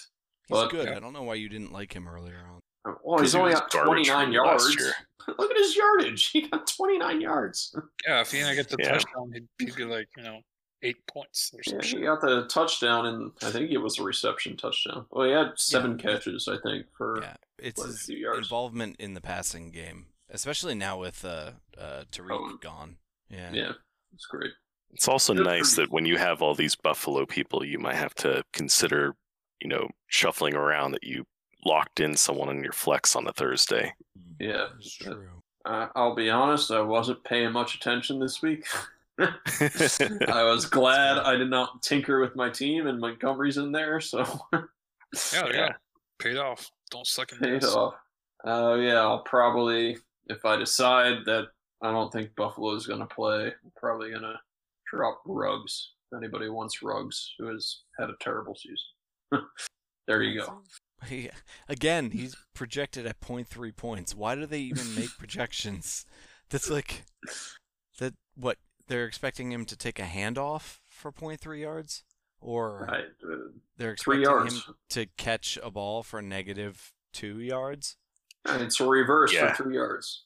[SPEAKER 4] But-
[SPEAKER 1] good. I don't know why you didn't like him earlier on.
[SPEAKER 4] Oh, Well,
[SPEAKER 3] Because
[SPEAKER 4] he's
[SPEAKER 3] he
[SPEAKER 4] only
[SPEAKER 3] was
[SPEAKER 4] got
[SPEAKER 3] garbage
[SPEAKER 4] 29
[SPEAKER 3] last
[SPEAKER 4] yards.
[SPEAKER 3] year.
[SPEAKER 4] Look at his yardage. He got 29 yards.
[SPEAKER 2] Yeah, if he didn't get the
[SPEAKER 3] Yeah.
[SPEAKER 2] touchdown, he'd, he'd be like, you know, eight points or
[SPEAKER 4] Yeah,
[SPEAKER 2] some
[SPEAKER 4] he
[SPEAKER 2] shit.
[SPEAKER 4] got the touchdown, and I think it was a reception touchdown. Well, he had seven catches, I think, for
[SPEAKER 1] Yeah, it's
[SPEAKER 4] What, a
[SPEAKER 1] his
[SPEAKER 4] few yards?
[SPEAKER 1] involvement in the passing game, especially now with uh, uh, Tariq
[SPEAKER 4] Oh.
[SPEAKER 1] gone.
[SPEAKER 4] yeah,
[SPEAKER 1] Yeah.
[SPEAKER 4] it's great.
[SPEAKER 3] It's also
[SPEAKER 4] Good for
[SPEAKER 3] nice
[SPEAKER 4] you.
[SPEAKER 3] that when you have all these Buffalo people, you might have to consider, you know, shuffling around that you locked in someone on your flex on a Thursday.
[SPEAKER 4] Yeah,
[SPEAKER 1] That's
[SPEAKER 4] that-
[SPEAKER 1] true.
[SPEAKER 4] I, I'll be honest, I wasn't paying much attention this week. I was glad I did not tinker with my team, and Montgomery's in there, so
[SPEAKER 2] Yeah, there you
[SPEAKER 3] Yeah.
[SPEAKER 2] go. Paid off. Don't suck in
[SPEAKER 4] paid
[SPEAKER 2] this.
[SPEAKER 4] off. Uh, yeah, I'll probably if I decide that I don't think Buffalo's going to play, I'm probably going to drop Ruggs. If anybody wants Ruggs, who has had a terrible season, there you go.
[SPEAKER 1] He, again, he's projected at 0.3 points. Why do they even make projections? That's like that. What they're expecting him to take a handoff for 0.3 yards, or
[SPEAKER 4] I, uh,
[SPEAKER 1] they're
[SPEAKER 4] three
[SPEAKER 1] expecting him
[SPEAKER 4] yards.
[SPEAKER 1] to catch a ball for negative two yards.
[SPEAKER 4] And it's a reverse
[SPEAKER 3] Yeah.
[SPEAKER 4] for three yards.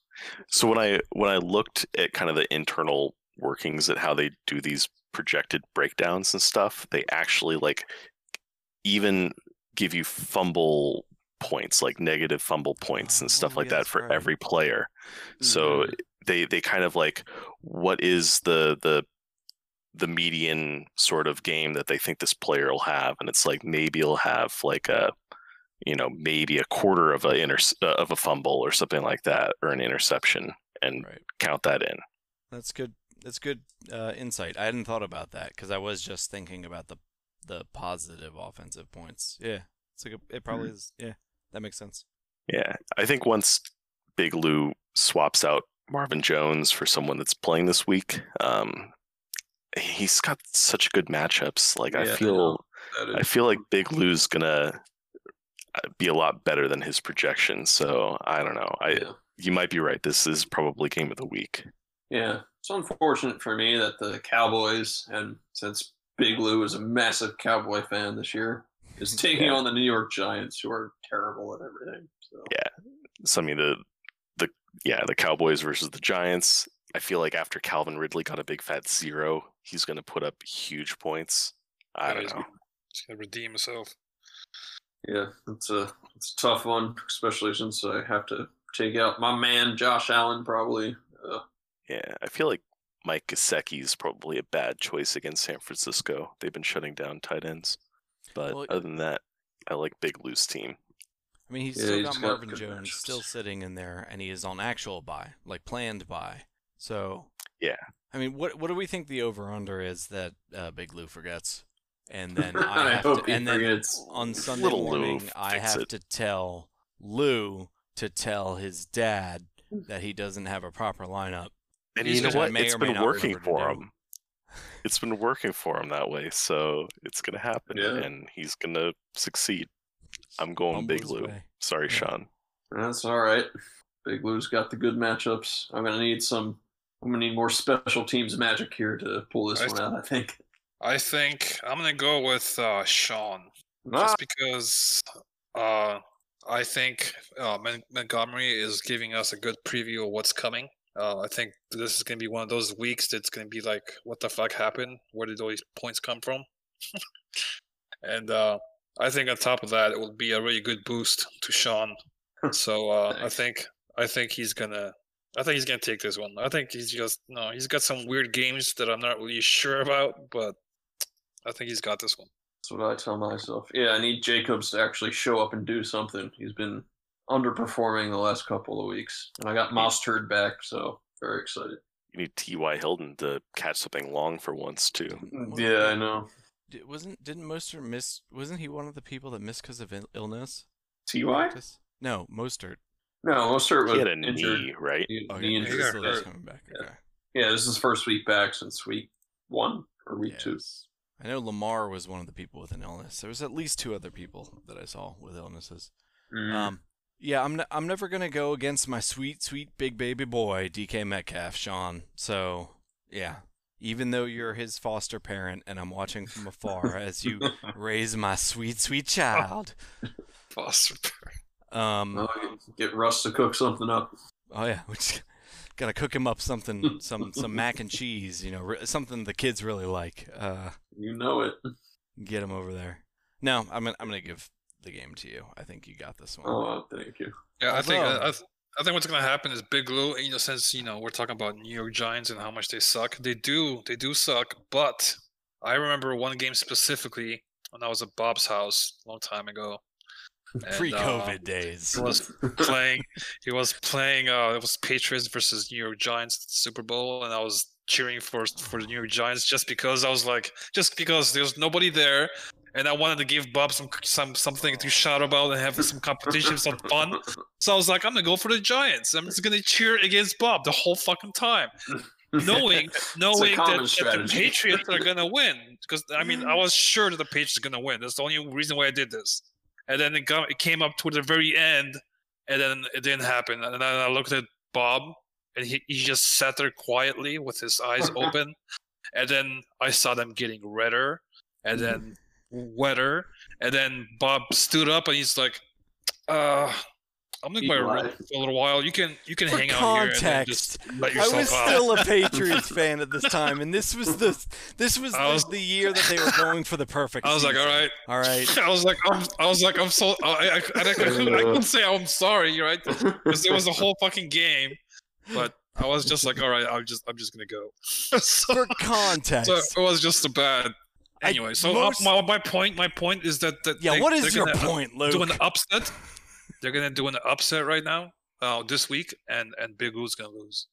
[SPEAKER 3] So when I when I looked at kind of the internal workings at how they do these projected breakdowns and stuff, they actually like even give you fumble points, like negative fumble points and stuff
[SPEAKER 1] Oh,
[SPEAKER 3] like
[SPEAKER 1] yeah,
[SPEAKER 3] that
[SPEAKER 1] that's
[SPEAKER 3] for
[SPEAKER 1] right. Mm-hmm.
[SPEAKER 3] every player. So
[SPEAKER 4] Mhm.
[SPEAKER 3] they they kind of like what is the the the median sort of game that they think this player will have, and it's like maybe he'll have like a you know maybe a quarter of a inter- uh, of a fumble or something like that or an interception and
[SPEAKER 1] Right.
[SPEAKER 3] count that in.
[SPEAKER 1] That's good. That's good uh, insight. I hadn't thought about that because I was just thinking about the the positive offensive points. Yeah, it's like a, it probably is. Yeah, that makes sense.
[SPEAKER 3] Yeah, I think once Big Lou swaps out Marvin Jones for someone that's playing this week, um, he's got such good matchups. Like
[SPEAKER 4] Yeah,
[SPEAKER 3] I
[SPEAKER 4] I
[SPEAKER 3] feel
[SPEAKER 4] know. That is-
[SPEAKER 3] I feel like Big Lou's gonna uh, be a lot better than his projection. So I don't know. I
[SPEAKER 4] yeah.
[SPEAKER 3] you might be right. This is probably game of the week.
[SPEAKER 4] Yeah. It's unfortunate for me that the Cowboys, and since Big Lou is a massive Cowboy fan this year, is taking
[SPEAKER 3] Yeah.
[SPEAKER 4] on the New York Giants, who are terrible at everything. So
[SPEAKER 3] Yeah. So I mean the the yeah the Cowboys versus the Giants. I feel like after Calvin Ridley got a big fat zero, he's gonna put up huge points. I
[SPEAKER 2] Yeah,
[SPEAKER 3] don't
[SPEAKER 2] he's
[SPEAKER 3] know.
[SPEAKER 2] gonna- He's gonna redeem himself.
[SPEAKER 4] yeah, it's a it's a tough one, especially since I have to take out my man Josh Allen probably. Uh,
[SPEAKER 3] Yeah, I feel like Mike Gesicki is probably a bad choice against San Francisco. They've been shutting down tight ends, but
[SPEAKER 1] Well-
[SPEAKER 3] other than that, I like Big Lou's team.
[SPEAKER 1] I mean, he's
[SPEAKER 4] Yeah,
[SPEAKER 1] still
[SPEAKER 4] he's
[SPEAKER 1] got
[SPEAKER 4] got
[SPEAKER 1] Marvin
[SPEAKER 4] good
[SPEAKER 1] Jones
[SPEAKER 4] matchups.
[SPEAKER 1] still sitting in there, and he is on actual buy, like planned buy. So
[SPEAKER 3] Yeah.
[SPEAKER 1] I mean, what what do we think the over under is that uh, Big Lou forgets, and then
[SPEAKER 4] I
[SPEAKER 1] I, have
[SPEAKER 4] hope
[SPEAKER 1] to,
[SPEAKER 4] he
[SPEAKER 1] and then
[SPEAKER 4] forgets.
[SPEAKER 1] on Sunday
[SPEAKER 3] Little Lou
[SPEAKER 1] morning I
[SPEAKER 3] fix
[SPEAKER 1] have
[SPEAKER 3] it.
[SPEAKER 1] to tell Lou to tell his dad that he doesn't have a proper lineup.
[SPEAKER 3] And
[SPEAKER 2] He's
[SPEAKER 3] you know
[SPEAKER 2] gonna
[SPEAKER 3] what?
[SPEAKER 1] may
[SPEAKER 3] It's
[SPEAKER 1] or may
[SPEAKER 3] been
[SPEAKER 1] not
[SPEAKER 3] working
[SPEAKER 1] remember to
[SPEAKER 3] for
[SPEAKER 1] do.
[SPEAKER 3] him. It's been working for him that way, so it's gonna happen,
[SPEAKER 4] Yeah.
[SPEAKER 3] and he's gonna succeed. I'm going
[SPEAKER 1] Humble
[SPEAKER 3] Big
[SPEAKER 1] his
[SPEAKER 3] Lou.
[SPEAKER 1] way.
[SPEAKER 3] Sorry,
[SPEAKER 1] Yeah.
[SPEAKER 3] Sean.
[SPEAKER 4] That's all right. Big Lou's got the good matchups. I'm gonna need some. I'm gonna need more special teams magic here to pull this
[SPEAKER 2] I-
[SPEAKER 4] one out. I think.
[SPEAKER 2] I think I'm gonna go with uh, Sean.
[SPEAKER 4] Ah,
[SPEAKER 2] just because uh, I think uh, Mon- Montgomery is giving us a good preview of what's coming. Uh, I think this is going to be one of those weeks that's going to be like, what the fuck happened? Where did all these points come from? and uh, I think on top of that, it will be a really good boost to Sean. So uh, I
[SPEAKER 4] Thanks.
[SPEAKER 2] think I think he's gonna I think he's gonna take this one. I think he's just no, he's got some weird games that I'm not really sure about, but I think he's got this one.
[SPEAKER 4] That's what I tell myself. Yeah, I need Jacobs to actually show up and do something. He's been underperforming the last couple of weeks, and I got Mostard back, so very excited.
[SPEAKER 3] You need T.Y. Hilton to catch something long for once too.
[SPEAKER 4] Yeah, I know.
[SPEAKER 1] Di- wasn't didn't Mostert miss? Wasn't he one of the people that missed because of il- illness?
[SPEAKER 4] Ty?
[SPEAKER 1] Just- no, Mostert.
[SPEAKER 4] No, Mostert was
[SPEAKER 3] He had a
[SPEAKER 4] injured.
[SPEAKER 3] knee, right?
[SPEAKER 4] He-
[SPEAKER 1] Oh,
[SPEAKER 4] knee
[SPEAKER 1] yeah,
[SPEAKER 4] injury.
[SPEAKER 1] he's still
[SPEAKER 2] Yeah.
[SPEAKER 1] just coming back.
[SPEAKER 4] Yeah.
[SPEAKER 1] Okay.
[SPEAKER 4] Yeah, this is his first week back since week one or week two.
[SPEAKER 1] Yes. I know Lamar was one of the people with an illness. There was at least two other people that I saw with illnesses.
[SPEAKER 4] Mm.
[SPEAKER 1] Um, yeah, I'm n- I'm never gonna go against my sweet, sweet big baby boy DK Metcalf, Sean. So yeah, even though you're his foster parent and I'm watching from afar as you raise my sweet, sweet child.
[SPEAKER 2] Foster.
[SPEAKER 1] Um,
[SPEAKER 4] Oh, Well, get Russ to cook something up.
[SPEAKER 1] Oh yeah, which gotta cook him up something, some some mac and cheese, you know, re- something the kids really like. Uh,
[SPEAKER 4] You know it.
[SPEAKER 2] Mm-hmm.
[SPEAKER 1] get him over there. No, I'm gonna, I'm gonna give the game to you. I think you got this one.
[SPEAKER 4] Oh, thank you.
[SPEAKER 2] Yeah, I think uh,
[SPEAKER 1] Although-
[SPEAKER 2] I, I, th- I think what's going to happen is Big Lou. You know, since you know we're talking about New York Giants and how much they suck, they do they do suck. But I remember one game specifically when I was at Bob's house a long time ago. and, uh,
[SPEAKER 1] Pre-COVID days.
[SPEAKER 2] he was playing. He was playing. Uh, it was Patriots versus New York Giants at the Super Bowl, and I was cheering for for the New York Giants just because I was like, just because there's nobody there, and I wanted to give Bob some some something to shout about and have some competition, some fun. So I was like, I'm gonna go for the Giants. I'm just gonna cheer against Bob the whole fucking time, knowing knowing
[SPEAKER 4] common
[SPEAKER 2] that, that the
[SPEAKER 4] strategy.
[SPEAKER 2] Patriots are gonna win. Because I mean, I was sure that the Patriots are gonna win. That's the only reason why I did this. And then it, got, it came up to the very end, and then it didn't happen. And then I looked at Bob, and he, he just sat there quietly with his eyes open. And then I saw them getting redder, and then
[SPEAKER 1] Mm-hmm.
[SPEAKER 2] wetter. And then Bob stood up, and he's like, "Uh, I'm gonna go
[SPEAKER 4] Eli.
[SPEAKER 2] around for a little while. You can you can
[SPEAKER 1] For
[SPEAKER 2] hang out here and then
[SPEAKER 1] context,
[SPEAKER 2] just let
[SPEAKER 1] I
[SPEAKER 2] yourself
[SPEAKER 1] was
[SPEAKER 2] out."
[SPEAKER 1] still a Patriots fan at this time, and this was the this was,
[SPEAKER 2] I
[SPEAKER 1] the-
[SPEAKER 2] was-
[SPEAKER 1] the year that they were going for the perfect.
[SPEAKER 2] I was like, "All
[SPEAKER 1] season.
[SPEAKER 2] right."
[SPEAKER 1] all right,
[SPEAKER 2] I was like, I'm, I was like, I'm so, I, I, I, I, couldn't, I couldn't say I'm sorry, right? because it was a whole fucking game. But I was just like, all right, I'm just I'm just gonna go. so,
[SPEAKER 1] for context.
[SPEAKER 2] so it was just a bad.
[SPEAKER 1] I-
[SPEAKER 2] Anyway, so
[SPEAKER 1] most-
[SPEAKER 2] uh, my, my point my point is that, that
[SPEAKER 1] yeah,
[SPEAKER 2] they-
[SPEAKER 1] what
[SPEAKER 2] they're
[SPEAKER 1] is your
[SPEAKER 2] gonna
[SPEAKER 1] point, Luke?
[SPEAKER 2] Do an upset. They're gonna do an upset right now, uh, this week, and and Big Lou's gonna lose.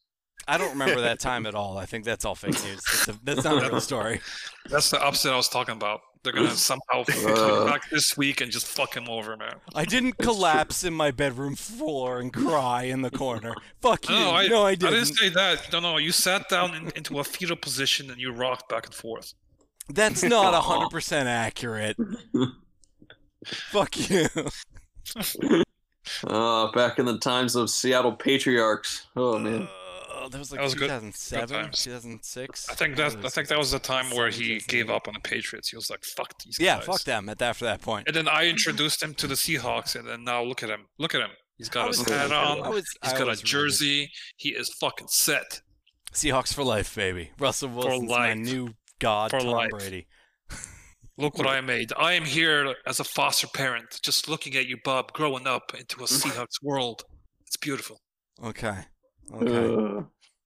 [SPEAKER 1] I don't remember that time at all. I think that's all fake news. That's, a, that's not a real story.
[SPEAKER 2] That's the upset I was talking about. They're gonna somehow come back this week and just fuck him over, man.
[SPEAKER 1] I didn't
[SPEAKER 4] true.
[SPEAKER 1] collapse in my bedroom floor and cry in the corner. Fuck you.
[SPEAKER 2] No, Oh, I-
[SPEAKER 1] no, I
[SPEAKER 2] I
[SPEAKER 1] didn't.
[SPEAKER 2] didn't say that. No, no, you sat down in, into a fetal position and you rocked back and forth.
[SPEAKER 1] That's not hundred percent accurate. Fuck you.
[SPEAKER 4] Uh, back in the times of Seattle Patriarchs. Oh man.
[SPEAKER 1] Uh, that was like
[SPEAKER 2] That was good- good
[SPEAKER 1] 2007,
[SPEAKER 2] times.
[SPEAKER 1] 2006.
[SPEAKER 2] I think that I think that was the time where
[SPEAKER 1] 17,
[SPEAKER 2] he gave
[SPEAKER 1] 18.
[SPEAKER 2] up on the Patriots. He was like, "Fuck these
[SPEAKER 1] Yeah,
[SPEAKER 2] guys."
[SPEAKER 1] fuck them. At after that point,
[SPEAKER 2] And then I introduced him to the Seahawks, and then now look at him. Look at him. He's
[SPEAKER 1] I
[SPEAKER 2] got his
[SPEAKER 1] was-
[SPEAKER 2] hat
[SPEAKER 1] I
[SPEAKER 2] on.
[SPEAKER 1] was-
[SPEAKER 2] He's
[SPEAKER 1] I
[SPEAKER 2] got a
[SPEAKER 1] was really-
[SPEAKER 2] jersey. He is fucking set.
[SPEAKER 1] Seahawks for life, baby. Russell Wilson's my
[SPEAKER 2] life.
[SPEAKER 1] new god,
[SPEAKER 2] For
[SPEAKER 1] Tom
[SPEAKER 2] life.
[SPEAKER 1] Brady.
[SPEAKER 2] Look what I made. I am here as a foster parent, just looking at you, Bob, growing up into a Seahawks world. It's beautiful.
[SPEAKER 1] Okay. Okay.
[SPEAKER 4] Uh,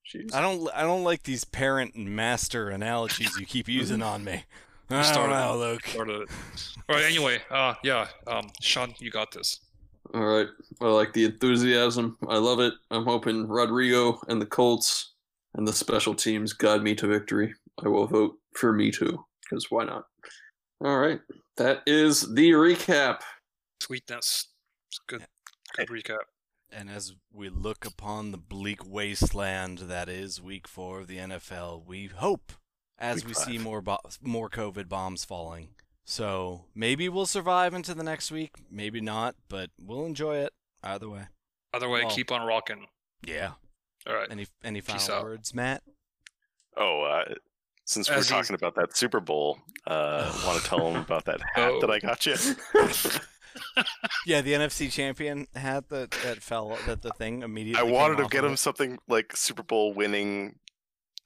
[SPEAKER 4] jeez.
[SPEAKER 1] I don't. I don't like these parent and master analogies you keep using on me. Ah, I don't
[SPEAKER 2] started.
[SPEAKER 1] know, Luke.
[SPEAKER 2] Started it. All right. Anyway, uh, yeah, um, Sean, you got this.
[SPEAKER 4] All right. I like the enthusiasm. I love it. I'm hoping Rodrigo and the Colts and the special teams guide me to victory. I will vote for me too, because why not? All right. That is the recap.
[SPEAKER 2] Sweetness. It's good. Good recap.
[SPEAKER 1] And as we look upon the bleak wasteland that is Week Four of the NFL, we hope, as
[SPEAKER 3] Week
[SPEAKER 1] we
[SPEAKER 3] five.
[SPEAKER 1] see more bo- more COVID bombs falling. So maybe we'll survive into the next week. Maybe not, but we'll enjoy it either way.
[SPEAKER 2] Either way,
[SPEAKER 1] Oh.
[SPEAKER 2] keep on rocking.
[SPEAKER 1] Yeah.
[SPEAKER 2] All right.
[SPEAKER 1] Any any
[SPEAKER 2] Peace
[SPEAKER 1] final
[SPEAKER 2] out.
[SPEAKER 1] words, Matt?
[SPEAKER 3] Oh, uh, since we're
[SPEAKER 2] As you-
[SPEAKER 3] talking about that Super Bowl, uh, want to tell them about that
[SPEAKER 1] Oh.
[SPEAKER 3] hat that I got you?
[SPEAKER 1] Yeah, the NFC champion hat that that fell that the thing immediately.
[SPEAKER 3] I
[SPEAKER 1] came
[SPEAKER 3] wanted to
[SPEAKER 1] off
[SPEAKER 3] get
[SPEAKER 1] of
[SPEAKER 3] him
[SPEAKER 1] it.
[SPEAKER 3] something like Super Bowl winning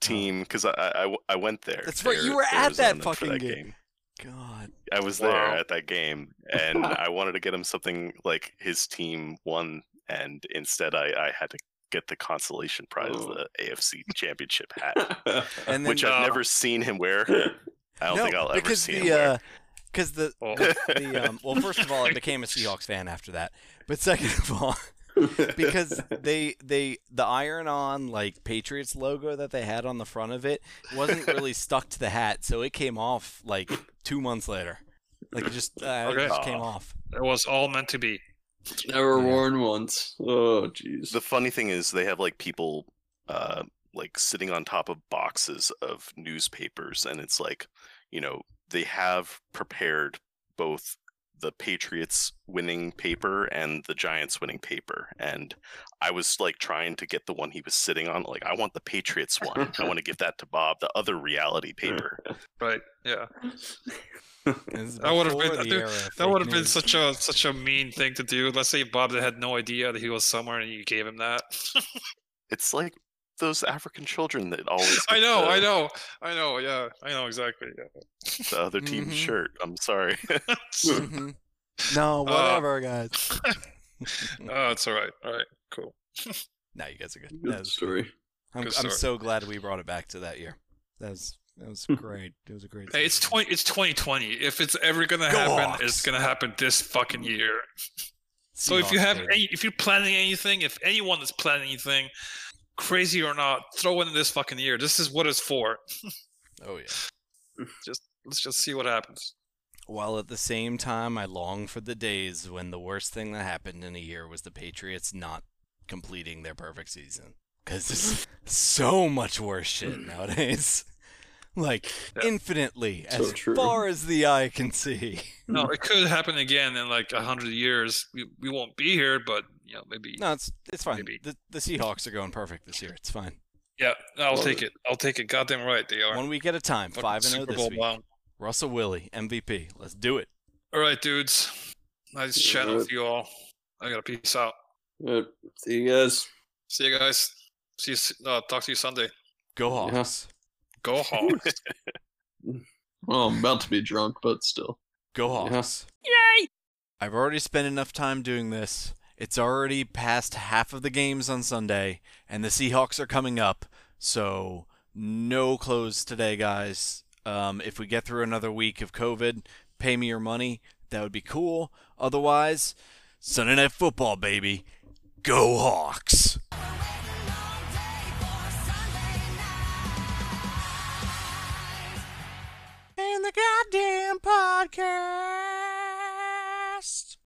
[SPEAKER 3] team because I, I I- I went there.
[SPEAKER 1] Oh. That's right,
[SPEAKER 3] to
[SPEAKER 1] you were
[SPEAKER 3] Ari-
[SPEAKER 1] at that
[SPEAKER 3] Arizona for
[SPEAKER 1] fucking
[SPEAKER 3] that
[SPEAKER 1] game. God.
[SPEAKER 3] I was there
[SPEAKER 2] Wow.
[SPEAKER 3] at that game, and I wanted to get him something like his team won, and instead I I had to get the consolation prize,
[SPEAKER 4] Oh.
[SPEAKER 3] the AFC Championship hat,
[SPEAKER 1] And then
[SPEAKER 3] which I've
[SPEAKER 2] uh,
[SPEAKER 3] never seen him wear. I don't
[SPEAKER 1] no,
[SPEAKER 3] think I'll ever
[SPEAKER 1] because
[SPEAKER 3] see
[SPEAKER 1] the,
[SPEAKER 3] him wear.
[SPEAKER 1] Because the
[SPEAKER 2] Oh.
[SPEAKER 1] the um, well, first of all, I became a Seahawks fan after that. But second of all, because they they the iron on like Patriots logo that they had on the front of it wasn't really stuck to the hat, so it came off like two months later. Like it just uh,
[SPEAKER 2] Okay.
[SPEAKER 1] it just came
[SPEAKER 3] Aw.
[SPEAKER 1] off.
[SPEAKER 2] It was all meant to be.
[SPEAKER 4] Never
[SPEAKER 1] Yeah.
[SPEAKER 4] worn once. Oh, jeez.
[SPEAKER 3] The funny thing is, they have like people, uh, like sitting on top of boxes of newspapers, and it's like, you know, they have prepared both the Patriots winning paper and the Giants winning paper, and I was like trying to get the one he was sitting on. Like, I want the Patriots one. I want to give that to Bob, the other reality paper.
[SPEAKER 2] Right. Yeah.
[SPEAKER 1] This is
[SPEAKER 2] That would've
[SPEAKER 1] before
[SPEAKER 2] been-
[SPEAKER 1] the
[SPEAKER 2] dude,
[SPEAKER 1] era of
[SPEAKER 2] That
[SPEAKER 1] fake
[SPEAKER 2] would have been
[SPEAKER 1] news.
[SPEAKER 2] such a such a mean thing to do. Let's say Bob that had no idea that he was somewhere and you gave him that.
[SPEAKER 3] It's like those African children that always.
[SPEAKER 2] I
[SPEAKER 3] get
[SPEAKER 2] know,
[SPEAKER 3] the,
[SPEAKER 2] I know, I know. Yeah, I know exactly. Yeah.
[SPEAKER 3] The other team's
[SPEAKER 1] Mhm.
[SPEAKER 3] shirt. I'm sorry.
[SPEAKER 1] Mhm.
[SPEAKER 2] Uh,
[SPEAKER 1] No, whatever, guys.
[SPEAKER 2] Oh, it's all right. All right, cool.
[SPEAKER 1] now you guys are good.
[SPEAKER 4] Good
[SPEAKER 1] That was-
[SPEAKER 4] story.
[SPEAKER 1] I'm,
[SPEAKER 2] Good
[SPEAKER 1] I'm
[SPEAKER 2] story. Hmm.
[SPEAKER 1] so glad we brought it back to that year. That was that was great. It was a great.
[SPEAKER 2] Hey, it's
[SPEAKER 1] season.
[SPEAKER 2] twenty. It's twenty twenty. If it's ever gonna
[SPEAKER 1] Go
[SPEAKER 2] happen,
[SPEAKER 1] Hawks.
[SPEAKER 2] it's gonna happen this fucking year. So if you
[SPEAKER 1] Seahawks,
[SPEAKER 2] have
[SPEAKER 1] baby.
[SPEAKER 2] any, if you're planning anything, if anyone is planning anything, crazy or not, throw in this fucking year. This is what it's for.
[SPEAKER 1] oh yeah.
[SPEAKER 2] Just let's just see what happens.
[SPEAKER 1] While at the same time, I long for the days when the worst thing that happened in a year was the Patriots not completing their perfect season. Because there's so much worse shit nowadays. Like,
[SPEAKER 2] Yeah.
[SPEAKER 1] infinitely,
[SPEAKER 4] So
[SPEAKER 1] as
[SPEAKER 4] true.
[SPEAKER 1] far as the eye can see.
[SPEAKER 2] No, it could happen again in like a hundred years. We, we won't be here, but you know maybe.
[SPEAKER 1] No, it's it's fine.
[SPEAKER 2] Maybe.
[SPEAKER 1] The, the Seahawks are going perfect this year. It's fine.
[SPEAKER 2] Yeah, I'll
[SPEAKER 4] Love
[SPEAKER 2] take it. I'll take it. Goddamn right they are.
[SPEAKER 1] One week at a time,
[SPEAKER 2] Fucking
[SPEAKER 1] 5 and 0
[SPEAKER 2] Super
[SPEAKER 1] this
[SPEAKER 2] Bowl
[SPEAKER 1] week.
[SPEAKER 2] bound.
[SPEAKER 1] Russell Willie, MVP. Let's do it.
[SPEAKER 2] All right, dudes. Nice
[SPEAKER 4] Yeah.
[SPEAKER 2] chat with you all. I gotta peace out.
[SPEAKER 4] Yep. See you guys.
[SPEAKER 2] See you guys. See you. s- Uh, talk to you Sunday.
[SPEAKER 1] Go
[SPEAKER 4] Yeah.
[SPEAKER 1] Hawks.
[SPEAKER 2] Go Hawks.
[SPEAKER 4] Well, I'm about to be drunk, but still.
[SPEAKER 1] Go
[SPEAKER 4] Yeah.
[SPEAKER 1] Hawks. Yay! I've already spent enough time doing this. It's already past half of the games on Sunday, and the Seahawks are coming up. So, no close today, guys. Um, if we get through another week of COVID, pay me your money. That would be cool. Otherwise, Sunday Night Football, baby. Go Hawks! And the goddamn podcast.